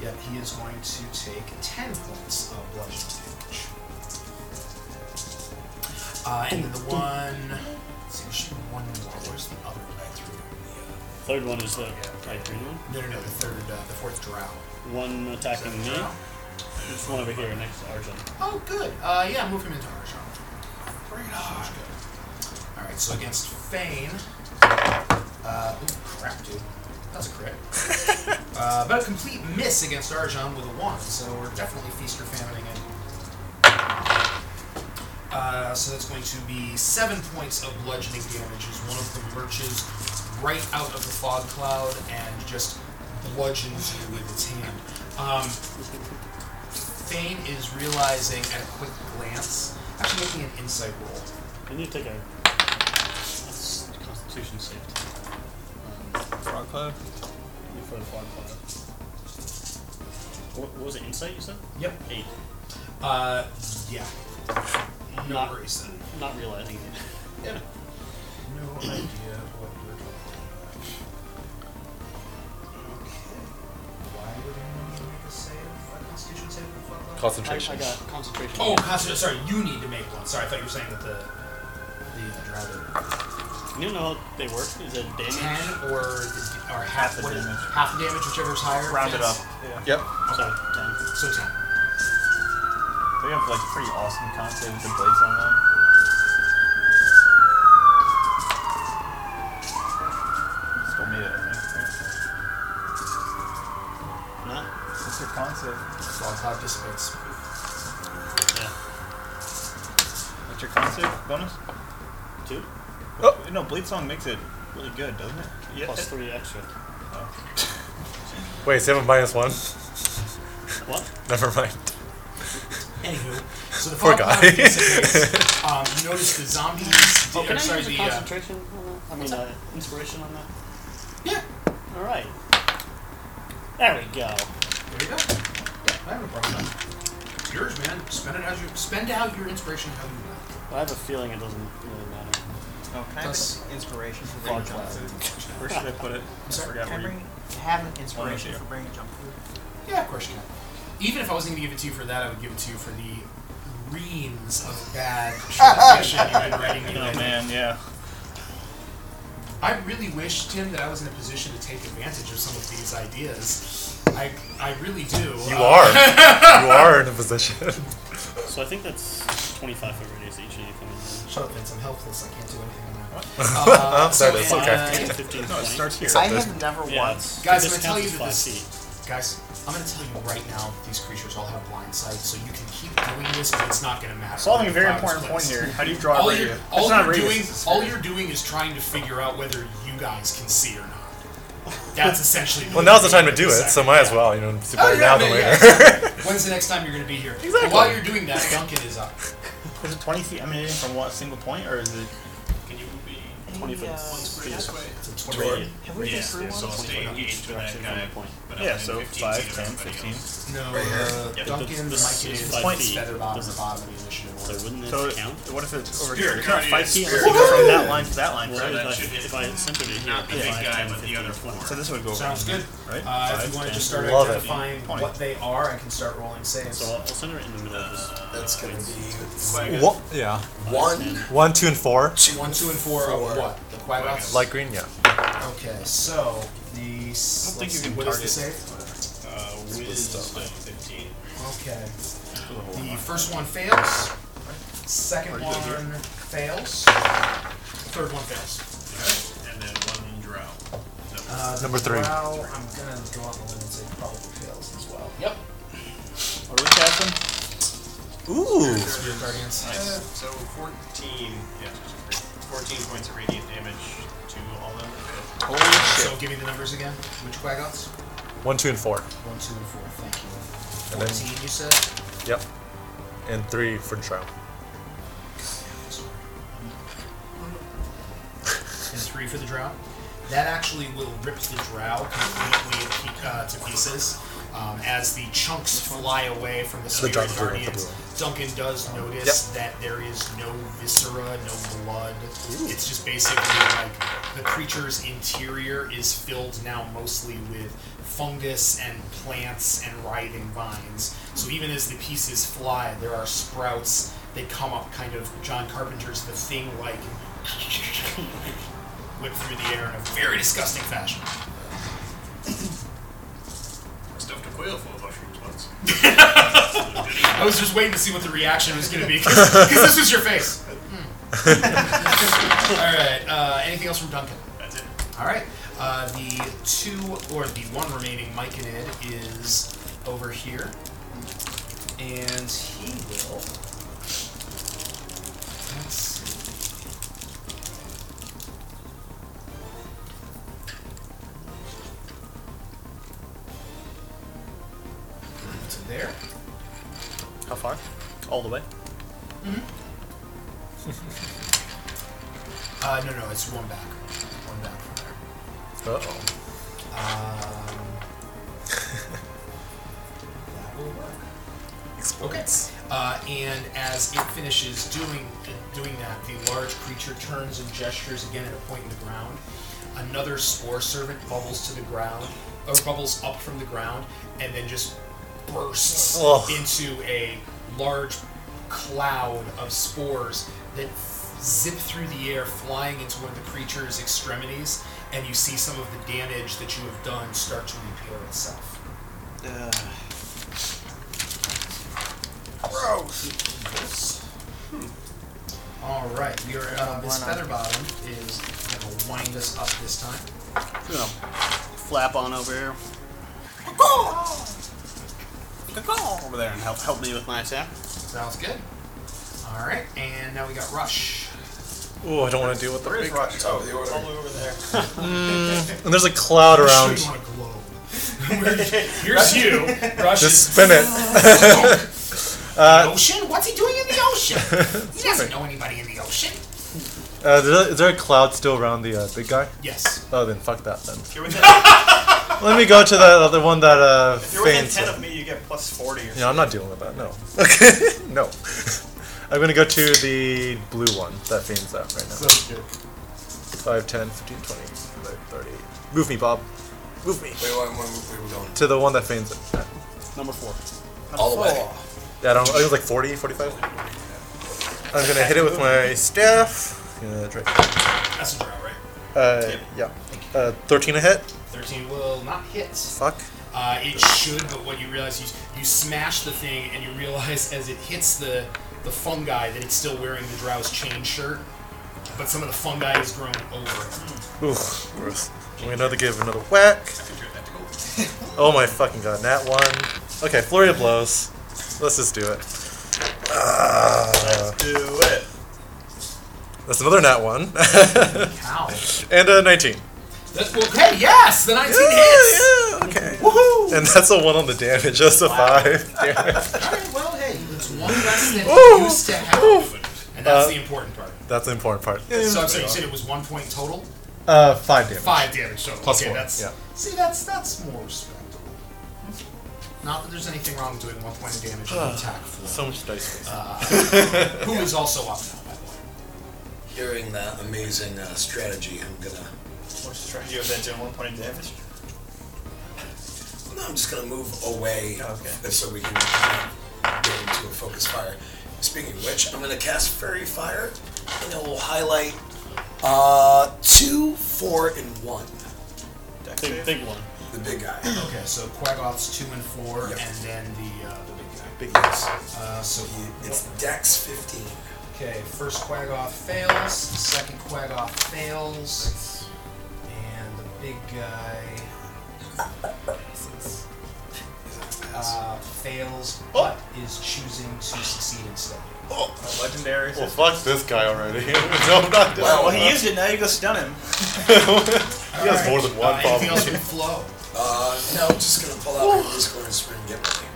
B: Yep, he is going to take ten points of bludgeoning damage. Uh, and then the one. let's see, there should be one more. Where's the other one I threw?
D: Third one is the right green one.
B: No, no, no. The third, uh, the fourth drow.
D: One attacking me.
B: Drow?
D: There's one over here next to Arjun.
B: Oh, good. Uh, yeah, move him into our shop. Bring it on. All right, so against Fane, uh, ooh, crap, dude, that's a crit. uh, but a complete miss against Arjan with a one, so we're definitely feast or famine again. Uh, so that's going to be seven points of bludgeoning damage as one of them lurches right out of the fog cloud and just bludgeons you with its hand. Um, Fane is realizing at a quick glance, actually making an insight roll.
D: I need to take a that's Constitution saved. Um,
E: Frog club?
D: before the fog cloud. What, what was it? Insight you said?
B: Yep.
D: Eight.
B: Uh, yeah. No
D: Not-
B: worries then.
D: Not realizing it.
B: Yep. No idea what we're talking about. Okay. Why would anyone need to make a save? A constitution save? for the fuck life?
H: Concentration.
D: I, I got concentration.
B: Oh, constitution. Sorry, you need to make one. Sorry, I thought you were saying that the the dragon.
D: You know how they work? Is it damage?
B: Ten or the, or half
D: the
B: what is it?
D: damage.
B: Half the damage, whichever's higher.
C: Round it up.
E: Yeah.
B: Yes.
H: Yep.
D: So ten.
B: So ten.
E: They have like pretty awesome content with the blades on them. Still made it, I think.
D: Not.
E: What's their concept?
B: Fog cloud dissipates.
D: Yeah.
E: What's your concept bonus?
D: Two.
E: Oh no, Blade Song makes it really good, doesn't it?
D: Plus three extra.
H: Wait, so you have a minus one?
D: What?
H: Never mind.
B: Anywho, so the
H: Poor
B: fog
H: guy.
B: cloud dissipates. um, you notice the zombies.
D: Oh,
B: or
D: can I
B: sorry,
D: use a
B: the, uh,
D: concentration? on that? I mean, uh, inspiration on that.
B: yeah.
D: All right. There we go.
B: There you go. Yeah, I have a problem. It's yours, man. Spend it as you spend out your inspiration how you want.
D: I have a feeling it doesn't really matter.
E: Oh, can I
B: Plus-
E: have inspiration for
D: Frog
E: bringing junk
D: cloud.
E: food? Where should I put it? I
B: Sorry,
E: forgot
C: Can
E: where
C: I
E: you.
C: bring, have an inspiration
E: Oh, no,
C: for bringing junk food?
B: Yeah, of course you can. Even if I wasn't gonna give it to you for that, I would give it to you for the reams of bad transition you've been writing.
E: Oh
B: in.
E: man, yeah.
B: I really wish, Tim, that I was in a position to take advantage of some of these ideas. I, I really do.
H: You
B: Uh,
H: are. you are in a position.
D: So I think that's 25 over it is each of you. coming
B: Shut up, Vince. I'm helpless. I can't do anything on that.
H: oh,
B: so
H: that is
B: in,
H: okay.
B: uh,
D: in. 15,
E: No, it
D: 20.
E: starts here.
H: Except
C: I
H: there's-
C: have never
D: Yeah,
C: once.
D: it's-
B: Guys,
D: the
B: I'm gonna tell
D: discount
B: you
D: is
B: that
D: five
B: this-
D: feet.
B: Guys, I'm going to tell you right now that these creatures all have blind sight, so you can keep doing this, but it's not going to matter.
E: Solving a
B: The
E: very
B: cloud is
E: important point
B: placed.
E: here. How do you draw
B: All
E: a
B: you're,
E: radius?
B: all
E: it's not
B: you're
E: radius.
B: doing,
E: it's a
B: all
E: sphere.
B: you're doing is trying to figure out whether you guys can see or not. That's essentially.
H: Well, now's the time to do it, so might as well. You know, it's better
B: yeah,
H: now than
B: maybe,
H: later.
B: yeah, exactly. When's the next time you're going to be here? But while you're doing that, Duncan is up.
E: Is it 20 feet emanating from what single point, or is it?
K: Can you be
D: 20 foot.
C: Yeah.
D: feet.
B: It's
K: Sure.
B: radiant.
C: Have we been through one?
K: so I'll stay engaged with that
D: Direction from
K: guy.
D: my point.
K: But
E: Yeah,
K: I'm
E: so
K: 15
E: 5,
K: feet of
E: 10,
K: everybody
E: 15.
K: else.
B: No,
K: here.
B: uh,
K: Yeah,
D: but
B: Duncan, Mike, and
D: this is five
B: his points
D: feet.
B: feather bottom at
D: This
B: the
D: is-
B: bottom of the initiative
D: So
B: order.
D: wouldn't this
E: So
D: count?
E: what if it's over
K: Spirit
E: here? It's not
K: guardian,
E: 5 feet
K: spirit
E: unless you go from that line to that line,
D: Well,
E: right?
D: if, I,
E: Like-
D: if I centered it here,
K: Not the
D: it'd be
K: big
D: five,
K: guy,
D: 10,
K: but the
D: 15,
K: other
D: 20.
E: So
K: four.
E: this would go. over
B: Sounds
E: here,
B: good.
E: Right?
B: Uh, if
E: Five,
B: you want to
E: 10.
B: just start
H: Love it.
B: identifying
E: Point.
B: what they are, I can start rolling saves.
D: So I'll, I'll center it in the middle of this.
I: That's gonna be
K: Quagga.
H: Wha- yeah.
I: one,
H: One, two, and four.
I: two,
B: One, two, and four are what? The quaggots?
H: Light green, yeah.
B: Okay, so the. s-
E: I don't think
B: let's
E: you
B: see,
E: can
B: what is the
E: target.
B: save?
K: Uh, whiz, uh, 15.
B: Okay. The first one fails. Second
E: Pretty good here.
B: one fails. Third one fails.
K: Alright, And then one drow. That was-
B: Uh, the
H: Number three.
B: Drow, I'm gonna go on the limb and say probably fails as well. Yep.
E: What do we cast them?
H: Ooh.
B: Spirit guardians.
E: Uh,
K: Nice. So 14, yeah, 14 points of radiant damage to all of them.
E: Holy shit.
B: So give me the numbers again. Which quaggots?
H: One, two, and four.
B: One, two, and four. Thank you.
H: And then-
B: 14, you said?
H: Yep. And three for Shroud.
B: and three for the drow. That actually will rip the drow completely uh, to pieces. Um, as the chunks fly away from the
H: The
B: spirit
H: drow-
B: guardians, Duncan does notice that there is no viscera, no blood. It's just basically like the creature's interior is filled now mostly with fungus and plants and writhing vines. So even as the pieces fly, there are sprouts. They come up kind of John Carpenter's The Thing like whip through the air in a very disgusting fashion.
C: I stuffed a quail full of mushrooms once.
B: I was just waiting to see what the reaction was going to be because this was your face. Hmm. All right. Uh, anything else from Duncan?
C: That's it.
B: All right. Uh, the two or the one remaining Mike and Ed is over here, and he will. Let's see. To there.
D: How far? All the way.
B: Uh, no, no, it's one back. One back from there.
H: Uh oh.
B: Um, that will work. Okay. Uh, and as it finishes doing doing that, the large creature turns and gestures again at a point in the ground. Another spore servant bubbles to the ground, or bubbles up from the ground, and then just bursts
H: Ugh.
B: into a large cloud of spores that zip through the air, flying into one of the creature's extremities, and you see some of the damage that you have done start to repair itself. Hmm. All right, we are uh, Miss
D: Why not?
B: Featherbottom is going to wind us up this time.
D: You know, flap on over here. Over there and help help me with my attack.
B: Sounds good. All right, and now we got Rush.
H: Oh, I don't want to deal with the big. Mm.
I: Right,
C: Oh,
I: top of the order.
H: And there's a cloud around.
B: Sure you want to glow. Here's you. Rush
H: Just spin it.
B: is ocean. What's he doing in the ocean? He doesn't know anybody in the ocean.
H: Uh, is, there, is there a cloud still around the uh, big guy?
B: Yes.
H: Oh, then fuck that then.
C: If you're within, if
H: Let me go to that other one that uh,
C: you're within
H: faints.
C: ten of me, you get plus forty. Or
H: No, I'm not dealing with that. No. Okay. no. I'm gonna go to the blue one that faints out right now.
C: Sounds good.
H: 5, 10, 15, 20, 30. Move me, Bob. Move me.
I: Wait, where, where, where we going?
H: To the one that faints it.
D: Number four.
I: All the way.
H: Yeah, I don't know. I think it was like 40, 45. I'm gonna hit it with my staff. Gonna try.
B: That's a draw, right?
H: Uh, yeah. Uh, 13 a hit.
B: Thirteen will not hit.
H: Fuck.
B: Uh, it should, but what you realize you you smash the thing, and you realize as it hits the the fungi that it's still wearing the drow's chain shirt, but some of the fungi has grown over it.
H: Oof. Gross. I'm gonna give another whack. Oh my fucking god. Nat 1. Okay, Flurry of Blows. Let's just do it. Ah,
C: Do it.
H: that's another Nat
B: Cow.
H: 1. and a 19.
B: That's okay. Yes, the 19 hits.
H: Yeah, yeah, okay.
B: Woohoo!
H: And that's a 1 on the damage. That's a 5 damage.
B: All right, well, hey, it's one less than
H: Ooh. Uh,
B: it used to have, and that's the important part.
H: That's the important part.
B: So I'm sorry, you said it was one point total,
H: Uh, 5 damage.
B: five damage total.
H: Plus
B: okay,
H: four,
B: That's,
H: yeah.
B: See, that's that's more respectable. Not that there's anything wrong with doing one point of damage on an attack for
H: So much dice.
C: Ah.
B: who is also up now, by the way.
I: Hearing that amazing uh, strategy, I'm gonna.
C: What's the strategy of that doing one point of damage?
I: No, I'm just gonna move away
C: Okay.
I: so we can uh, get into a focus fire. Speaking of which, I'm gonna cast Fairy Fire, and it will highlight uh, two, four, and one.
C: Dex
D: Big,
C: save?
D: big one.
I: The big guy.
B: Okay, so Quagoth's two and four,
I: Yep.
B: and then the uh, the big guy.
I: Big guys.
B: Uh, so he,
I: It's Dex 15.
B: Okay, first Quagoth fails, second Quagoth fails, and the big guy uh, fails, but is choosing to succeed instead.
C: Oh, legendary. Oh,
H: Well, fuck this guy already. no, I'm not doing
C: Well,
H: that.
C: he used it. Now you go stun him.
H: He has more than one
B: uh,
H: problem.
B: Anything else from Flo?
I: Uh, no, just gonna pull out my musical instrument and get ready.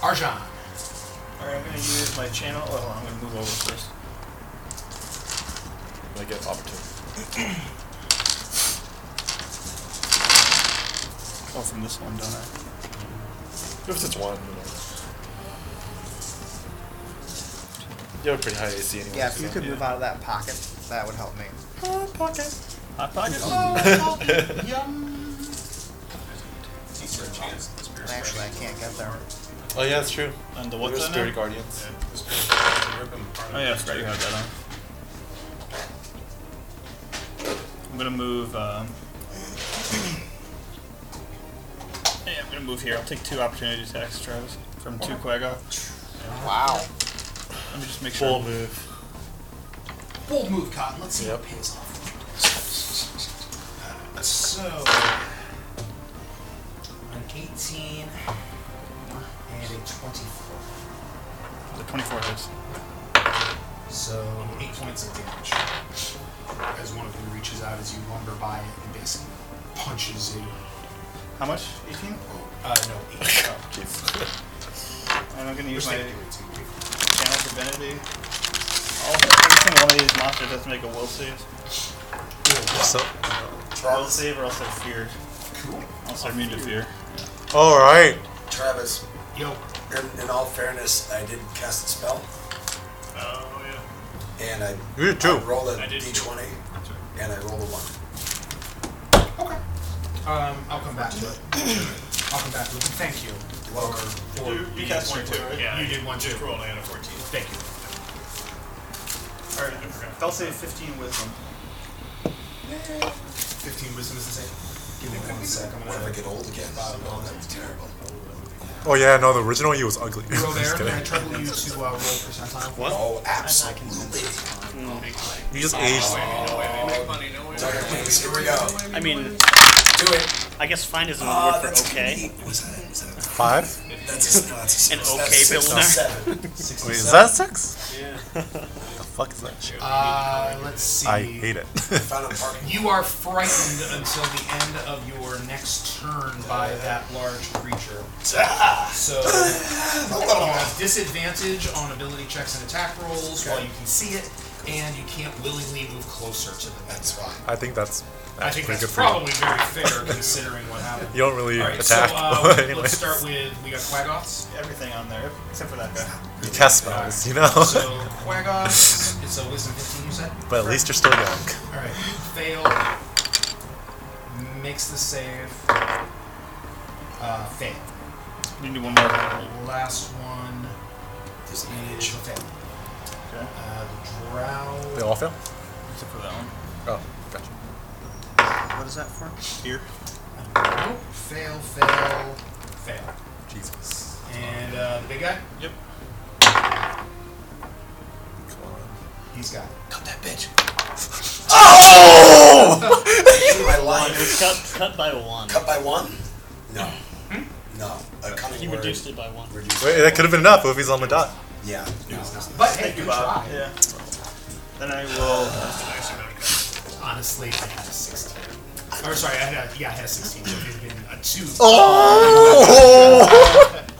B: Arjan.
C: Alright, I'm gonna use my channel. Oh, hold on, I'm gonna move over first.
L: I get opportunity.
C: Oh, from this one, don't I?
L: If it's one, you know. You have a pretty high AC anyway.
J: Yeah, if
L: so-
J: you could move out of that pocket, that would help me.
L: Hot pocket.
C: Hot pocket.
L: Hot pocket.
C: Yum.
J: Actually, I can't get there.
H: Oh yeah, that's true.
C: And the what's
H: Look
C: that
H: at Spirit
C: now?
H: Guardians.
C: Oh yeah, that's right. You have that on. I'm gonna move. Um, yeah, I'm gonna move here. I'll take two opportunity attacks, Travis, from two Quagga.
J: Wow.
C: Let me just make sure. Full
H: move.
B: Bold move, Cotton. Let's see
H: Yep.
B: what pays off. So, an 18 and a 24.
C: The 24 hits.
B: So, 8 points of damage.
F: As one of you reaches out as you lumber by it and basically punches it.
C: How much? 18?
F: Uh, no,
B: Oh.
F: eight.
C: And I'm gonna use my
F: Respect
C: channel divinity. All every single one of these monsters has to make a will save.
H: So,
C: Will save or else they're feared.
F: Cool.
C: Also immune to fear.
H: all right.
I: Travis.
B: Yo.
I: In, in all fairness, I did cast a spell,
E: Oh, yeah.
I: and I,
H: You did too.
I: I rolled a
E: I did too.
I: d20, and I rolled a one.
B: Um, I'll come back to it. I'll come back to it. Thank you. Or, or
E: You
B: did
E: cast
B: one
E: your
B: too,
E: two,
B: right?
E: yeah.
B: You did one too.
E: Roll and a 14.
B: Thank you.
C: Alright, they'll save 15 wisdom.
F: 15 wisdom is the same.
B: Give me one sec. I'm
I: What if I
B: gonna
I: get old again? Oh, that was terrible.
H: Oh yeah, no, the original you was ugly.
B: roll there.
H: Just
B: Can I
H: kidding.
B: trouble you to uh, roll percentile?
H: What?
I: Oh, absolutely.
H: You just aged.
C: Oh.
I: Talking things, here we go.
D: I mean,
I: Do it.
D: I guess fine is another
I: Ah,
D: word
I: that's
D: for okay.
I: What was that? Was that
H: Five.
I: That's a, no, that's a
D: An
I: six.
D: okay
I: that's a six,
D: builder.
I: not seven.
H: Wait, is that a six? Yeah. the fuck is that? shit?
B: Uh, let's see.
H: I hate it.
I: Found a parking.
B: You are frightened until the end of your next turn by that large creature. So you have disadvantage on ability checks and attack rolls while you can see it, and you can't willingly move closer to the next
I: That's fine.
H: I think that's. That's
B: I think
H: pretty
B: that's
H: good for you.
B: probably very fair considering what happened.
H: You don't really
B: All right,
H: attack.
B: so
H: but
B: uh,
H: anyways.
B: let's start with we got Quagoths.
C: Everything on there, except for that guy.
H: You cast spells, you know.
B: So Quagoths, it's a wisdom 15 you said.
H: but at least you're still young.
B: All right, fail. Makes the save. Uh, fail.
C: You need one more.
B: Last one
I: There's an
B: is a
I: age.
B: fail.
C: Okay.
B: Uh, drow.
H: They all fail.
C: Except for that one.
H: Oh, gotcha.
J: What is that for?
C: Here.
B: Nope. Fail. Fail. Fail.
H: Jesus.
B: And uh, the big guy,
C: Yep.
B: he's got.
I: Cut that bitch.
H: Oh!
I: Save my
D: One, it
I: life.
D: was cut, cut by one.
I: Cut by one? No. No. A cunning
D: He
I: word.
D: reduced it by one.
I: Reduced.
H: Wait, that could have been enough if he's on the dot.
I: Yeah. No.
B: But hey,
C: Thank you,
B: good
C: Bob.
B: try.
C: Yeah. Then I will.
B: Honestly, I had a 16. Or sorry, I had a, yeah, I had a 16. So it'd been a two.
H: Oh!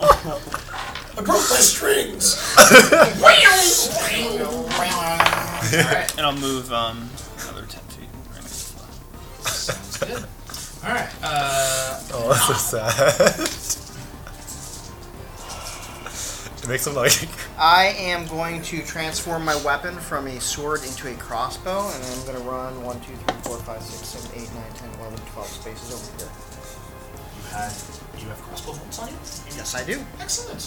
I: I broke my strings.
B: All right.
C: And I'll move um, another 10 feet. Right next to the flag.
B: Sounds good. All right. Uh,
H: Oh, that's so sad. it makes him like.
J: I am going to transform my weapon from a sword into a crossbow, and I'm going to run 1, 2, 3, 4, 5, 6, 7, 8, 9, 10, 11, 12 spaces over here.
B: you had you have crossbow bolts on you.
J: Yes, I do.
B: Excellent.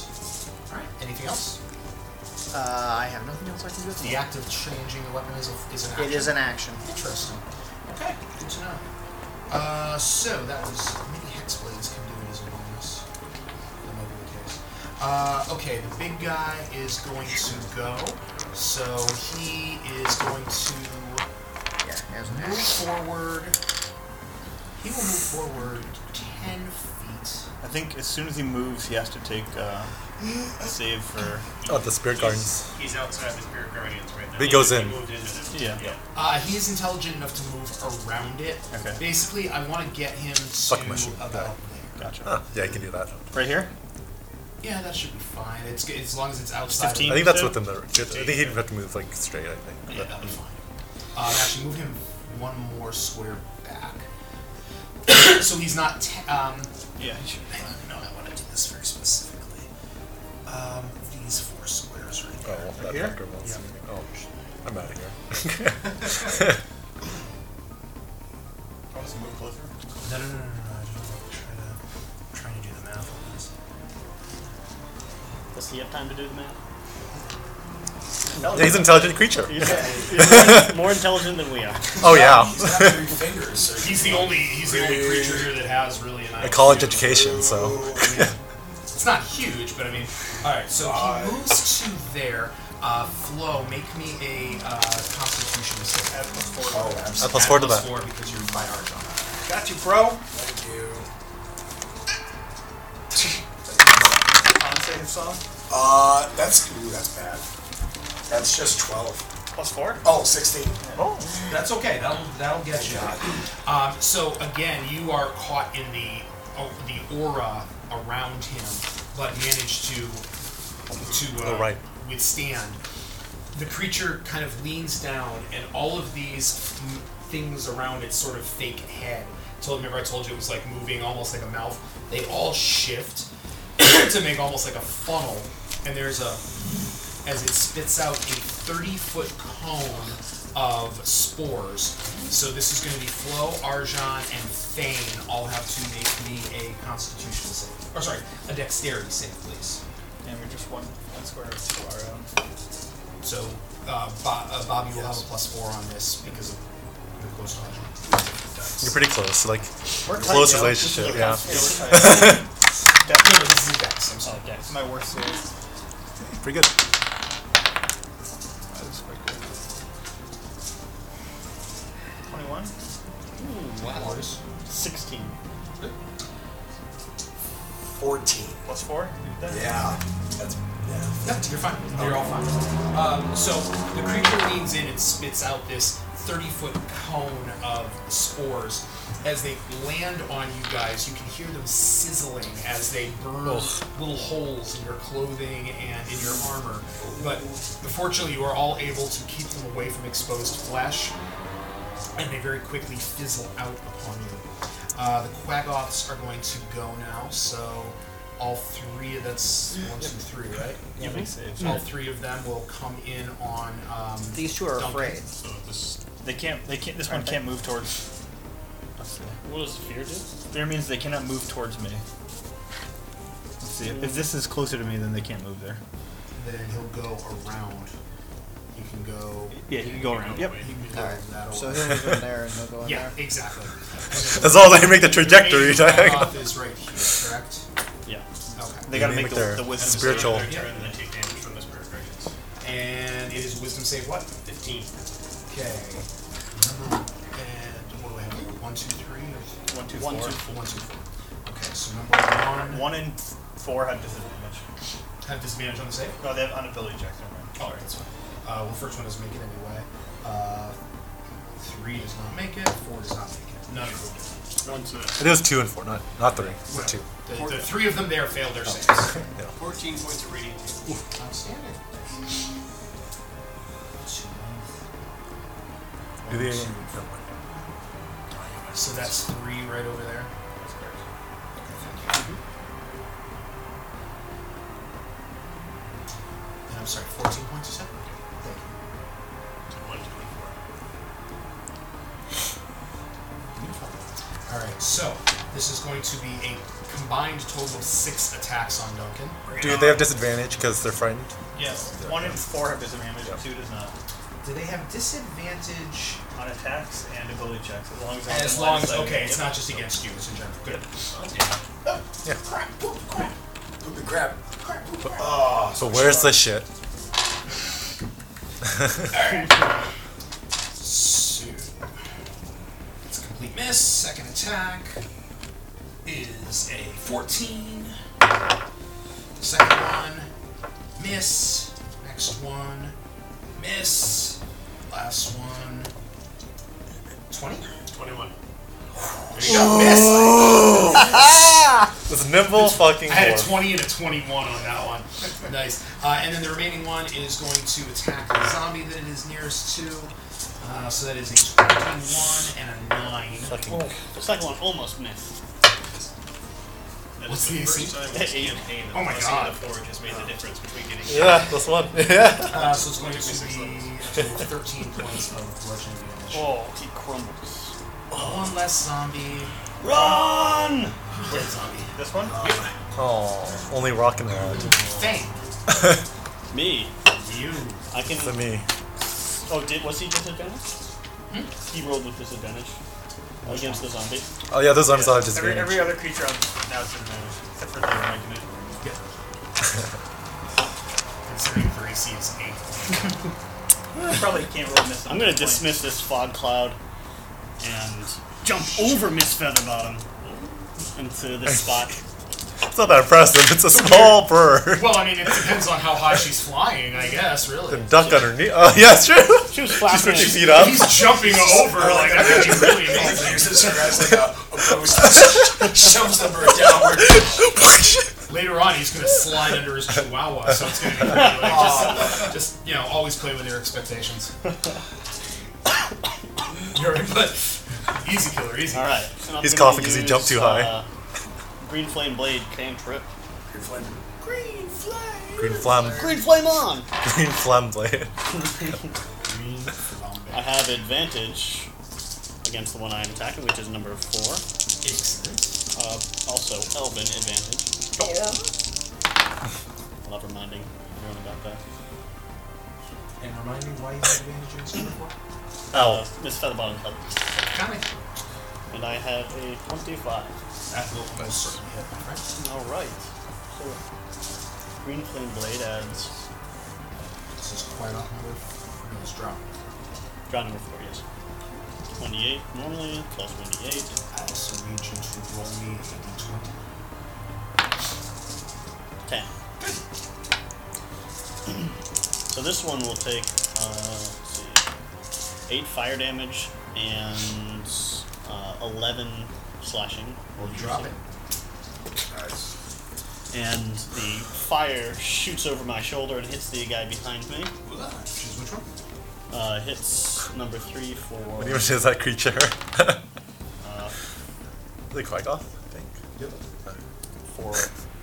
B: All right. Anything else?
J: Uh, I have nothing else I can do with
B: The act of changing the weapon is, a, is an action.
J: It is an action.
B: Interesting. Okay, good to know. Uh, so that was maybe hexblades can do it as a bonus. That might be the case. Uh, okay, the big guy is going to go. So he is going to
J: Yeah, as an
B: move
J: action.
B: forward. He will move forward ten feet.
C: I think as soon as he moves, he has to take uh, a save for.
H: Oh, the spirit gardens.
L: He's outside the Spirit Guardians right now.
H: He goes in.
L: moved into this.
C: Yeah.
B: Uh, he is intelligent enough to move around it.
C: Okay.
B: Basically, I want to get him
H: Fuck my
B: to
H: shit.
B: about there.
C: Gotcha.
H: Ah, yeah, I can do that.
C: Right here?
B: Yeah, that should be fine. It's good as long as it's outside. of
H: I think that's within the. I think he'd have to move like straight. I think.
B: Yeah, that'd be fine. Uh, actually, move him one more square back. so he's not. Te- um,
C: yeah, he should.
B: No, I want to do this very specifically. Um, these four squares right
H: Oh,
B: there.
H: well, that
B: Here?
H: vector wants
B: Yeah.
H: me. Oh, sh- I'm out of here.
C: Want us to move closer?
B: No, no, no, no, no. I just want to try to, trying to do the math on this.
D: Does he have time to do the math?
H: Yeah, he's an intelligent creature.
D: He's, he's more intelligent than we are.
H: Oh, yeah.
B: He's the only. He's the only creature here that has really an.
H: A
B: IQ.
H: college education, so.
B: It's not huge, but I mean, all right. So he moves to there. Uh, Flo, make me a uh, Constitution save. Add plus four. Oh,
H: Add plus four to that.
B: Four because you're by Archon.
C: Got you, bro.
I: Thank you.
C: Save song.
I: Uh, that's ooh, that's bad. That's just twelve.
C: Plus four?
I: Oh, 16.
H: Oh.
B: That's okay. That'll that'll get you. Um, so again, you are caught in the oh, the aura around him, but manage to to uh,
H: Oh, right.
B: withstand. The creature kind of leans down, and all of these m- things around its sort of fake head. So remember, I told you it was like moving almost like a mouth. They all shift to make almost like a funnel, and there's a as it spits out a 30 foot cone of spores. So this is going to be Flo, Arjan, and Thane all have to make me a constitution save. Or sorry, a dexterity save, please.
C: And we're just one, one square to our own.
B: So uh, Bob, uh, Bob, you will have a plus four on this because of the close to Arjan.
H: You're pretty close. Like,
C: We're tight,
H: close
C: yo.
H: relationship,
C: Yeah,
H: yeah.
C: we're tight.
B: No, no, this is a dex. I'm sorry.
D: Oh, Dex.
C: My worst is.
H: pretty good.
C: That is quite good. 21?
D: Ooh, wow. 16.
I: 14.
C: Plus 4?
I: Yeah. That's yeah.
B: No, you're fine. You're all fine. Um, so the creature leans in and spits out this 30 foot cone of spores. As they land on you guys, you can hear them sizzling as they burn little holes in your clothing and in your armor. But fortunately, you are all able to keep them away from exposed flesh, and they very quickly fizzle out upon you. Uh, the Quaggoths are going to go now, so all three of that's one, two, three, right?
C: Yeah, make saves.
B: All three of them will come in on. Um,
J: These two are
B: Duncan.
J: afraid.
C: They can't. They can't. This one can't move towards.
D: What does fear do?
C: Fear means they cannot move towards me. Let's see. If this is closer to me, then they can't move there.
B: Then he'll go around. He can go.
C: Yeah, he can go around. Yep.
B: He can go
J: Alright,
B: that
J: so
B: way.
J: he'll move in there and he'll go in
B: Yeah,
J: there.
B: exactly.
H: As long as I make the trajectory.
B: The remaining Quaggoth is right here, correct?
D: Yeah.
B: Okay.
C: They gotta
H: They
C: make
H: make
C: the, the
H: their
C: wisdom. save.
H: spiritual-
B: Yeah.
E: and then take damage from this perfect.
B: And it is wisdom save what?
E: 15.
B: Okay. And what do I have? One, two, three? Or
C: One, two,
B: one,
C: four.
B: two, four. One, two, four. Okay, so number one.
C: One and four have disadvantage.
B: Have disadvantage on the save?
C: No, they have unability checks. Never mind.
B: Alright, that's fine. Uh, well, first one doesn't make it anyway. Uh, three does not make it. Four does not make it. None of them.
E: One to
H: It is two and four, not not three. But two.
B: The, the three of them there failed their saves.
E: 14 Oh. points of radiant damage.
B: Outstanding.
H: Do they?
B: So that's three right over there. And I'm sorry, 14 points you said? Thank you. Alright, so this is going to be a combined total of six attacks on Duncan.
H: Do they have disadvantage because they're frightened?
C: Yes. One and four have disadvantage. Two does not.
B: Do they have disadvantage
C: On attacks and ability checks, as long as.
B: as
C: I'm
B: long as.
C: in line of sight.
B: Okay, it's
C: Yep.
B: not just against you, it's in general. Good. Oh,
I: Poopy crap.
H: So where's the shit?
B: So, it's a complete miss. Second attack is a 14. The second one, miss. Next one, miss. Last one, 20?
E: 21.
B: Shot miss!
H: This nimble fucking
L: I had a
H: dwarf.
L: 20 and a 21 on that one.
B: nice. Uh, and then the remaining one is going to attack the zombie that it is nearest to. Uh, so that is a 21 and a 9.
D: The second Oh, one almost missed.
L: What's
E: the AC?
L: Eight. Oh my god. Forge has made the difference between getting
H: that's one.
B: uh, so it's going to be 13 points of bludgeoning damage.
D: Oh, he crumbles.
B: One less zombie.
D: Run!
B: Dead zombie.
C: This one?
H: Oh, only rockin'
B: Fang.
H: that.
D: Me.
B: You.
D: I can.
H: For me.
D: Oh, did was he disadvantaged?
C: Hmm?
D: He rolled with disadvantage against the zombie.
H: Oh, yeah, those zombies all have
L: every,
H: disadvantage.
L: every other creature on now is disadvantage, except for the regular. Considering for AC is 8. Probably can't roll miss.
D: I'm gonna dismiss this fog cloud and jump over Miss Featherbottom into this spot.
H: It's not that impressive. It's a small bird.
L: Well, I mean, it depends on how high she's flying, I guess,
H: The
L: really.
H: duck underneath. Oh, yeah, it's true.
D: She was
H: She's
D: flapping.
H: putting your feet up.
L: He's jumping over, like, that could be really amazing.
I: Jesus Christ, like a, a post. shoves the bird downward.
L: Later on, he's going to slide under his chihuahua, so it's going to be really, like, just, just, you know, always play with your expectations. You're right, but easy killer, easy.
D: All right. and I'm
H: He's
D: gonna
H: coughing 'cause he
D: use,
H: jumped too high.
D: uh, green flame blade cantrip. Green
I: flame.
D: Green flame.
H: Green flame.
D: Green flame on.
H: Green flame blade.
D: I have advantage against the one I am attacking, which is number four. Uh, also, Elven advantage. Love reminding everyone about that.
B: And remind me why you have advantage against number four?
D: Oh, Miss Featherbottom helped.
B: Got it.
D: And I have a 25. That will most certainly hit, my friend. All right. So, Green Flame Blade adds.
B: This is quite off number. No, it's drop.
D: Draw number 4, yes. 28 normally, plus
B: I
D: 28.
B: also need you to roll me a d20.
D: 10. so this one will take, uh, let's see, 8 fire damage and uh, 11 slashing. Or
B: Drop it.
D: piercing. And the fire shoots over my shoulder and hits the guy behind me.
B: Choose which one?
D: Uh, hits number 3 for.
H: What even is that creature?
D: Uh,
H: the Quagoth, I think.
B: Yep.
D: for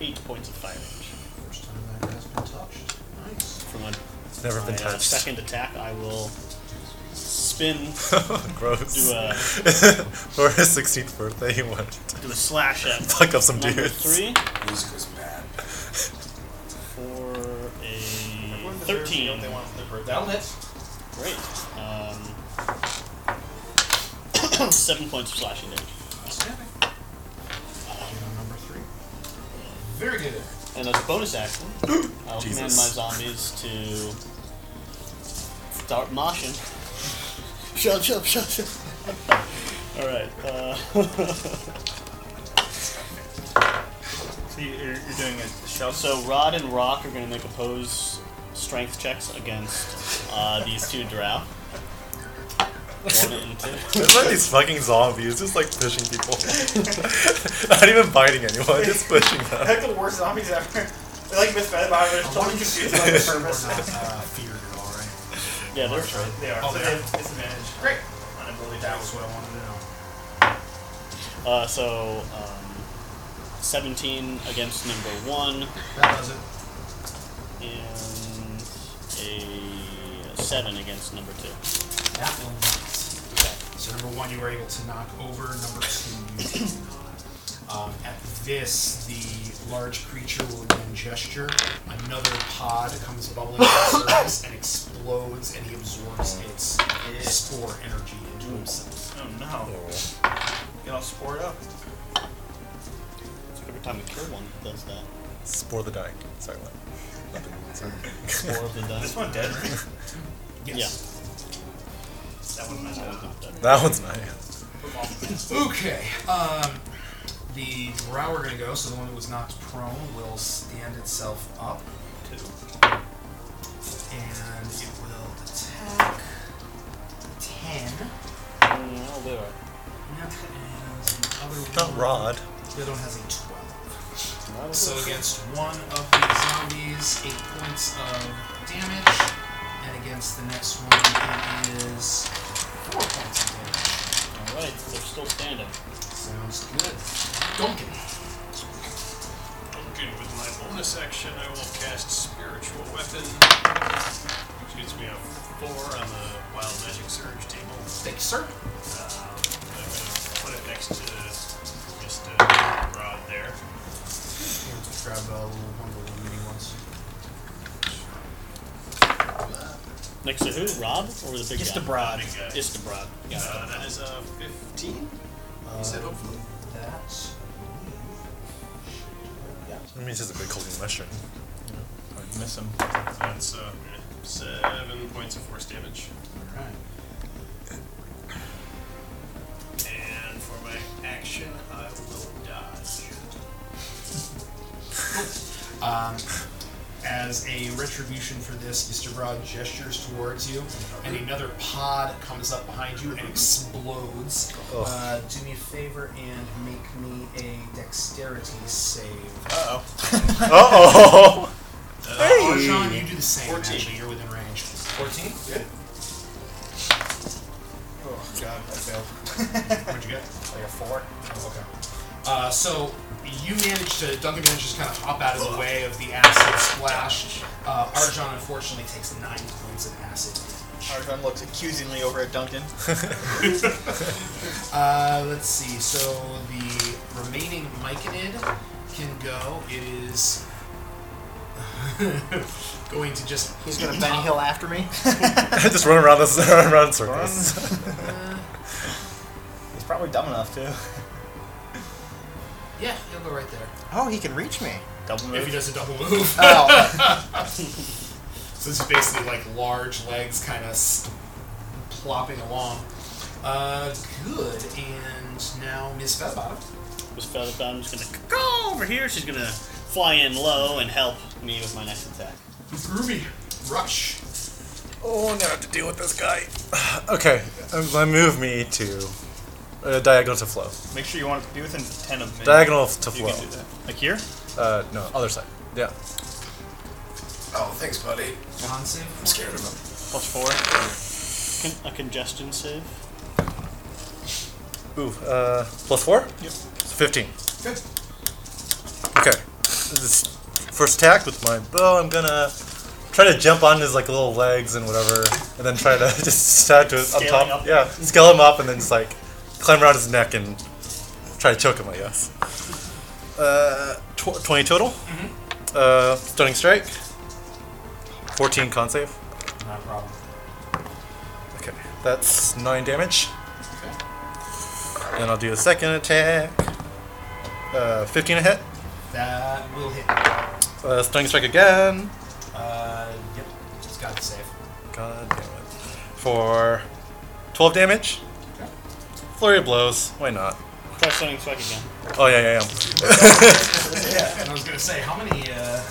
D: 8 points of fire damage.
B: First time that has been touched. Nice.
D: From my,
H: It's never been
D: my, uh,
H: touched.
D: second attack, I will spin.
H: Gross.
D: Do a
H: For his 16th birthday, he went.
D: Do a slash at
H: Fuck up some
D: number
H: dudes.
D: Three
I: Music was bad.
D: for a
L: Everyone deserves to get
D: thirteen.
L: what they want for their birthday. That'll hit.
D: Great. Um, seven points of slashing damage.
B: number three. Very good.
D: And as a bonus action, I'll
H: Jesus.
D: command my zombies to start moshing. Shut up, shut up, shut up. Alright, uh.
C: So you- you're, you're doing a shell.
D: so Rod and Rock are going to make opposed strength checks against uh, these two drow. One and two.
H: It's like these fucking zombies, just like pushing people. Not even biting anyone, just pushing them.
L: That's the worst zombies ever. They're like Miss Featherbottom, they're totally confused about the purpose. uh,
D: Yeah, they're
L: They are.
B: Oh,
L: so
B: they
L: they
B: are?
L: have disadvantage.
B: Great.
L: I believe that was what I wanted to know.
D: Uh, so, um, 17 against number 1,
B: That does it.
D: and a 7 against number 2.
B: That will not. So number one, you were able to knock over. Number two, you did not. Um, at this, the large creature will again gesture. Another pod comes bubbling to the surface and explodes, and he absorbs its spore energy into himself.
C: Oh no. Get all spored up.
D: So every time we kill one, it does that.
H: Spore the dying. Sorry, what? Nothing. Sorry.
D: Four of the dice.
L: This one dead, right?
B: Yes.
L: That one might not.
H: That one's nice.
B: Okay. Um, the drow are going to go, so the one that was knocked prone will stand itself up. And it will attack 10.
D: Mm, I'll do it.
B: Not the
H: Not Rod.
B: The other one has a 12. So against one of the zombies, eight points of damage, and against the next one it is four points of damage.
D: All right, they're still standing.
B: Sounds good. Duncan.
E: Duncan, with my bonus action, I will cast Spiritual Weapon, which gives me a four on the Wild Magic Surge table.
B: Thank you, sir.
E: Um, I'm gonna put it next to just a rod there.
B: Let's grab uh, little- one of the little mini ones.
D: Next to who? Rob or the big guy?
C: Istabrod.
E: Big guy.
D: Istabrod. Got it.
E: Uh, that is a 15.
D: Uh,
E: You said hopefully.
B: That's
H: That means it's a big holding mushroom.
E: I miss him. That's uh, seven points of force damage.
B: Alright.
E: And for my action, I will dodge.
B: Um, as a retribution for this, Mr. Broad gestures towards you, and another pod comes up behind you and explodes.
H: Oh.
B: Uh, do me a favor and make me a dexterity save.
C: Uh-oh.
H: Uh-oh.
B: Uh,
H: Hey.
B: Arjan, you do the same.
H: 14.
B: Actually, you're within range. 14? Good. Oh, God, I failed. What'd you get? Like a four. Oh, okay. Uh, so you manage to, Duncan manages to kind of hop out of the way of the acid splash. Uh, Arjan unfortunately takes nine points of acid.
C: Arjun looks accusingly over at Duncan.
B: Uh, let's see. So the remaining Myconid can go. It is going to just.
J: He's gonna Benny Hill after me.
H: Just run around this run around in circles.
C: He's probably dumb enough to.
B: Yeah, he'll go right there.
J: Oh, he can reach me.
C: Double
B: If he does a double move.
J: Oh.
B: so this is basically like large legs kind of s- plopping along. Uh, good. And now Miss Featherbottom.
D: Miss Featherbottom is gonna go over here. She's gonna fly in low and help me with my next attack.
B: Ruby, rush.
H: Oh, now I have to deal with this guy. okay, um, I move me to uh, diagonal to flow.
C: Make sure you want it to be within 10 of me.
H: Diagonal to
C: You
H: flow.
C: can do that. Like here?
H: Uh, no, other side. Yeah.
I: Oh, thanks, buddy.
B: Con save.
I: I'm scared of him.
D: Plus four. Con- a congestion save.
H: Ooh, uh, plus four?
D: Yep.
H: So 15.
B: Good.
H: Okay. This is first attack with my bow, I'm gonna try to jump on his like little legs and whatever, and then try to just stab to his up
D: Scaling
H: top.
D: up.
H: Yeah, scale him up and then just like climb around his neck and try to choke him, I guess. Uh, tw- 20 total.
B: Mm-hmm.
H: Uh, stunning strike. 14 con save.
B: Not a problem.
H: Okay, that's 9 damage. Then I'll do a second attack. Uh, 15 a hit.
B: That will hit.
H: Uh, stunning strike again.
B: Uh, yep. Just got to save.
H: God damn it. For 12 damage. Flurry of blows. Why not?
D: Try stunning strike again.
H: Oh, yeah, yeah,
B: yeah. And I was gonna say, how many? Uh,
H: yeah.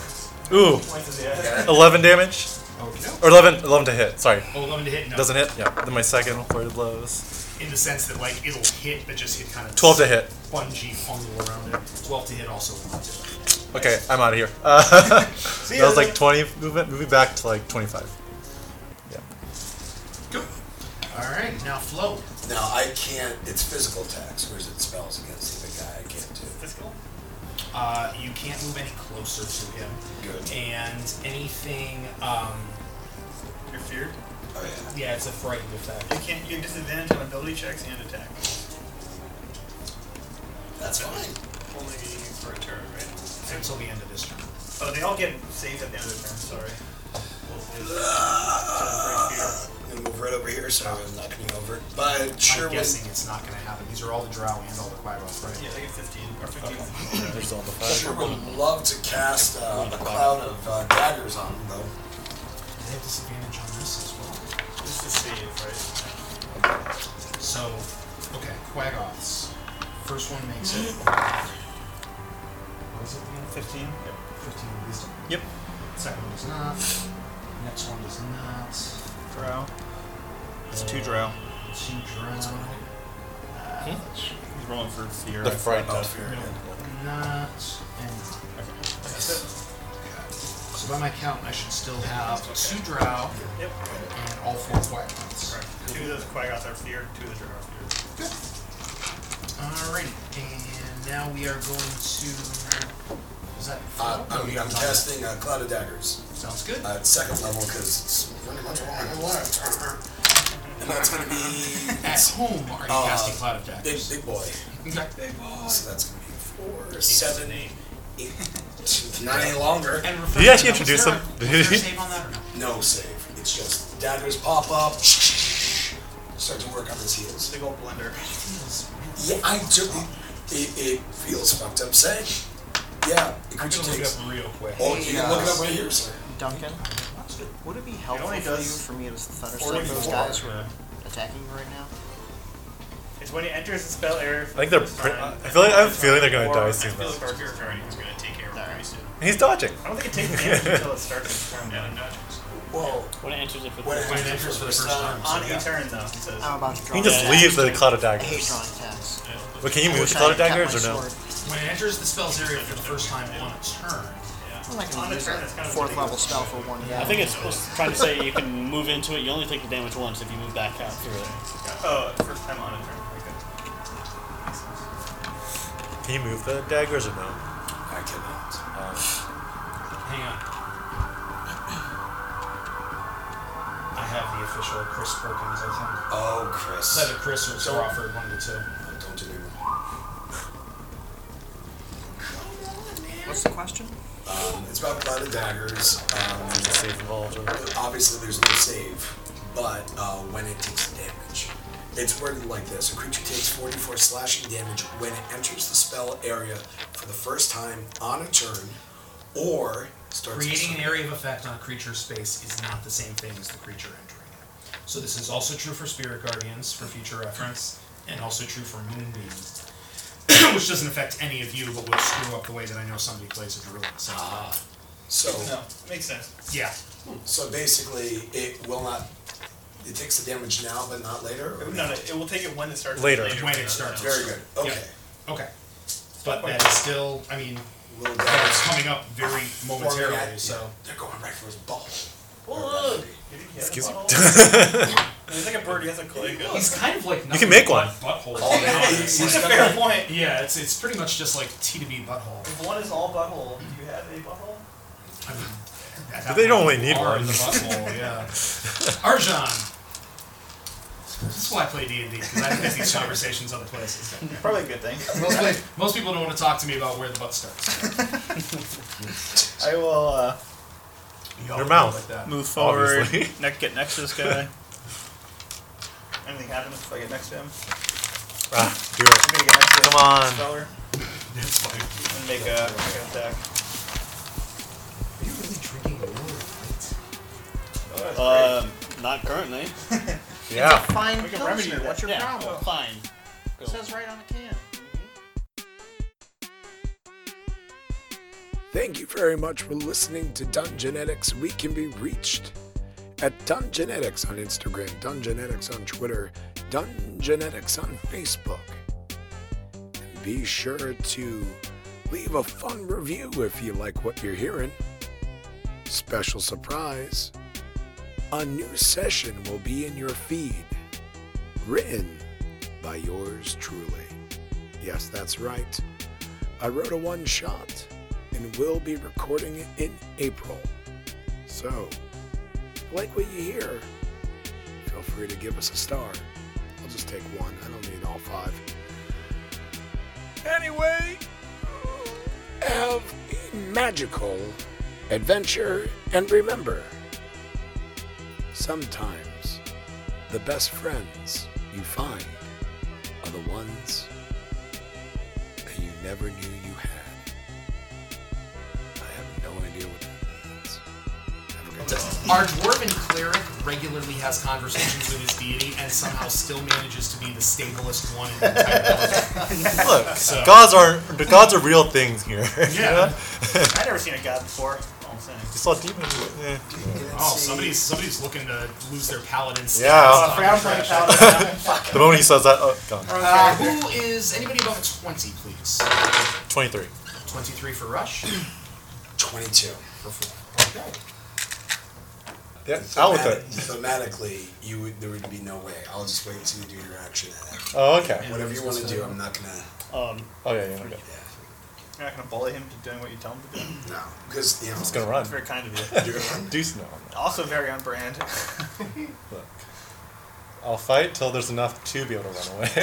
H: Ooh.
B: Points is it?
H: 11 damage.
B: Okay.
H: Or 11, 11 to hit, sorry.
B: Oh, 11 to hit, no.
H: Doesn't hit? Yeah. Then my second flurry of blows.
B: in the sense that like it'll hit, but just hit kind of
H: 12 to hit.
B: spongy fungal around it. Twelve to hit also will not do it.
H: Okay, I'm out of here. Uh,
B: See
H: that was
B: ya.
H: like 20 movement. Move me back to like 25.
B: All right, now flow.
I: Now, I can't. It's physical attacks. Where's it spells against the guy? I can't do.
B: Physical? Uh, you can't move any closer to him.
I: Good.
B: And anything. Um,
E: You're feared?
I: Oh, yeah.
B: Yeah, it's a frightened effect.
E: You can't, you have disadvantage on ability checks and attack.
I: That's fine.
E: Only for a turn, right?
B: Until the end of this turn.
E: Oh, they all get saved at the end of the turn, sorry.
I: I'm gonna move right over here, so I'm not gonna go over. But I sure
B: I'm
I: was.
B: guessing it's not going to happen. These are all the drow and all the quibos, right?
E: Yeah, they get 15. Or 15.
H: There's all the
I: Sure would love to cast uh, a cloud of uh, daggers on him, though.
B: They have disadvantage on this as well.
E: This is save, right?
B: So, okay, Quagoths. First one makes it. What is it again?
C: 15.
B: 15 wisdom.
C: Yep.
B: Second one does not. Next one does not.
C: Drow. It's two drow.
B: Two drow. Uh,
C: He's rolling for fear.
H: The
C: I
H: fright
C: forgot
H: of
C: to-
H: Oh, fear,
B: Not anything. So by my count, I should still have two drow
C: Yep.
B: and all four quiet ones.
C: Two of those quaggoths are feared, two of those are not feared.
B: Alrighty, and now we are going to. Is that?
I: Uh, I'm, I'm casting uh, Cloud of Daggers.
B: Sounds good.
I: Uh, at second level, because it's pretty much all I have left. And that's going to be.
B: At home, are you
I: uh,
B: casting Cloud of Daggers?
I: Big, big boy.
B: big boy.
I: So that's going to be four, seven, eight, eight, not any longer.
B: And
H: Did you actually introduce them? Did he?
I: No save. It's just daggers pop up, start to work on his heels.
C: Big old blender.
I: Yeah, I do. It, it feels fucked up saying. Yeah, the creature
L: look it
I: takes.
L: up real quick.
I: Oh, you can look it up
J: Yes.
I: right here, sir.
J: Duncan, would it be helpful
C: only
J: for you
C: does
J: for me to thunderstep
C: 44.
J: those guys who are attacking you right now?
C: It's when he enters the spell area.
H: I think they're pre- I feel like- I have a feeling they're gonna
C: Or
H: die soon,
C: I feel
H: though.
C: like our character already is gonna take care of it very soon.
H: And he's dodging.
C: I don't think it takes damage until it starts its turn. Yeah,
I: Whoa.
D: When it enters it for the
I: When it
D: first time.
I: enters for the first time.
C: On
I: so
C: each turn, though, it says.
J: I'm about to draw.
H: He just
J: that.
H: leaves the cloud of
J: I hate
H: daggers.
J: drawing attacks.
H: But can you
J: I
H: move
J: wish
H: the
J: I
H: cloud of
J: had kept
H: daggers
J: my
H: or no?
J: sword.
B: When it enters the spell's area for the first time on a turn,
J: I'm not
C: On a
J: gonna use
C: turn,
J: a
C: it's kind of
J: fourth
C: ridiculous.
J: level spell for one guy.
D: I think it's supposed to trying to say you can move into it. You only take the damage once if you move back out through it.
C: Oh, first time on a turn. Okay.
H: Can you move the daggers or no?
I: I cannot.
B: hang on. I have the official Chris Perkins, I
I: Oh,
B: think. It's either
I: Chris.
B: Chris or it's Crawford, one of the two.
I: Don't do it.
J: What's the question?
I: Um, it's about Blood and Daggers. Um,
H: Is it safe involved or-
I: obviously, there's no save, but uh, when it takes damage. It's worded like this A creature takes 44 slashing damage when it enters the spell area for the first time on a turn or starts its
B: Creating an
I: turn.
B: area of effect on a creature's space is not the same thing as the creature entering it. So this is also true for Spirit Guardians for future reference, and also true for Moonbeam, which doesn't affect any of you, but would screw up the way that I know somebody plays a druid. So,
I: Ah. So,
C: No, makes sense.
B: yeah,
I: so basically, it will not. It takes the damage now, but not later? or-
C: No, no, it will take it when it starts.
H: Later.
B: when it starts.
I: Very good. Okay.
B: Okay. But that is still, I mean,
I: Little
B: it's
I: daggers.
B: coming up very
I: Ah,
B: momentarily, so.
I: They're going right for his ball.
C: Whoa!
H: Excuse me.
C: He's like a bird. He has a clay.
B: He's kind of like
H: You can make one.
B: Butthole.
I: All day.
C: That's a fair point.
B: Yeah, it's it's pretty much just like T to B butthole.
C: If one is all butthole, do you have a butthole?
B: At that
H: They don't
B: point,
H: really need
B: you are
H: one.
B: The butthole, yeah. Arjan. This is why I play D and D because I can get these conversations other places.
C: Probably a good thing.
B: Most, pla- most people don't want to talk to me about where the butt starts.
C: I will uh,
H: Your mouth.
B: Like that.
C: move forward.
H: Obviously.
C: Next, get next to this guy. Anything happens if I get next to him?
H: Ah, do it.
C: I'm gonna get next to
H: Come
C: him,
H: on.
C: Speller,
B: That's funny.
C: and make a make an attack.
B: Are you really drinking water?
D: Um, not currently.
H: Yeah.
J: Fine
C: We can
J: Pilsner,
C: remedy that.
J: What's your
D: yeah,
J: problem?
D: fine.
J: It says right on the can.
A: Thank you very much for listening to Dungenetics. We can be reached at Dungenetics on Instagram, Dungenetics on Twitter, Dungenetics on Facebook. And be sure to leave a fun review if you like what you're hearing. Special surprise a new session will be in your feed, written by yours truly. Yes, that's right. I wrote a one shot and will be recording it in April. So, like what you hear, feel free to give us a star. I'll just take one, I don't need all five. Anyway, have a magical adventure and remember sometimes the best friends you find are the ones that you never knew you had. I have no idea what that means. Have a good day.
B: Our dwarven cleric regularly has conversations with his deity and somehow still manages to be the stablest one in the entire
H: Look, gods are the gods are real things here.
B: Yeah.
C: I've never seen a god before. Oh, I'm saying.
H: You saw demons. Yeah.
L: Oh, somebody's somebody's looking to lose their paladin.
H: Yeah.
L: status.
H: Oh, I forgot I'm playing paladin. Fuck. The moment he says that, oh, gone.
B: Uh, who is anybody above twenty, please?
H: 23.
B: Twenty-three for Rush.
I: Twenty-two.
B: Okay.
H: Yeah, out with it.
I: Thematically, you would, there would be no way. I'll just wait until you do your action.
H: Oh, okay.
I: Whatever you want to do, I'm not gonna.
C: Um,
H: Oh, yeah, yeah, okay.
C: You're not gonna bully him to doing what you tell him to do.
I: No, because you know.
H: He's gonna run.
C: It's very kind of you.
H: Deuce, no.
C: Also very on brand.
H: Look. I'll fight till there's enough to be able to run away. For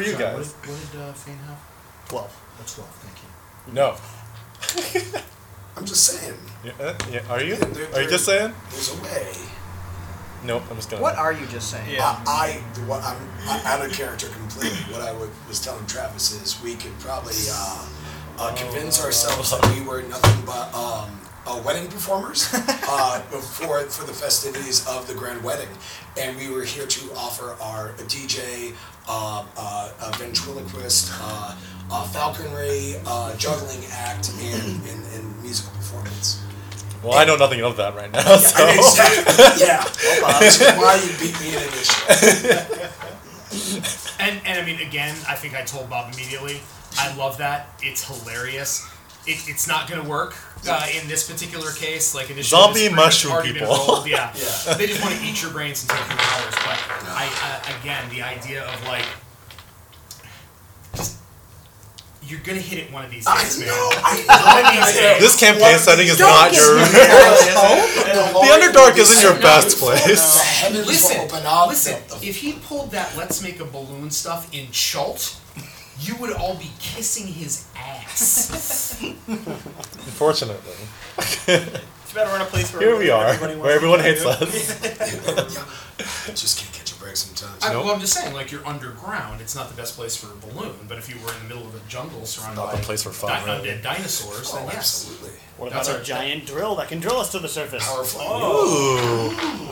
H: you
B: Sorry, what
H: guys.
B: did- What did uh, Fane have?
C: Twelve.
B: A twelve. Thank you.
H: No.
I: I'm just saying.
H: Yeah, uh, yeah, are you?
I: there- there-
H: Are you just saying?
I: There's a way.
H: Nope, I'm just gonna.
J: What are you just saying?
I: I, I what I'm I, out of character completely. What I would, was telling Travis is we could probably uh, uh, convince ourselves that we were nothing but um, uh, wedding performers uh, for for the festivities of the grand wedding, and we were here to offer our DJ, uh, uh, a ventriloquist, uh, uh, falconry, uh, juggling act, and, and, and musical performance.
H: Well, I know nothing of that right now, so.
I: I mean, exactly. yeah. Which is why you beat me in initiative.
L: And and I mean, again, I think I told Bob immediately. I love that. It's hilarious. It, it's not gonna work uh, in this particular case. Like initially,
H: Zombie
L: this brain
H: mushroom
L: has already been
H: people.
L: rolled, Yeah.
I: Yeah.
L: they just want to eat your brains and take your powers. But I, uh, again, the idea of like. just- You're gonna hit it one of these
I: I
L: days, man.
I: know, I
L: One of
I: know,
L: these
I: I
L: days.
H: This campaign setting is not your. The Underdark isn't your best
I: uh,
H: place.
I: heavens
B: Listen,
I: will open up.
B: listen. If he pulled that "Let's Make a Balloon" stuff in Chult, you would all be kissing his ass.
H: Unfortunately.
C: It's better run a place where
H: Here we are,
C: everybody wants
H: where
C: to
H: everyone
C: do.
H: hates us.
I: I just can't catch a break sometimes.
B: I, well, I'm just saying, like you're underground. It's not the best place for a balloon, but if you were in the middle of a jungle surrounded
H: not the
B: by
H: place for fun,
B: di-
H: really.
B: undead dinosaurs, then
I: Oh,
B: yes.
I: absolutely.
D: What
B: That's
D: about
B: our-
D: a giant drill that can drill us to the surface?
I: Powerful.
H: Ooh.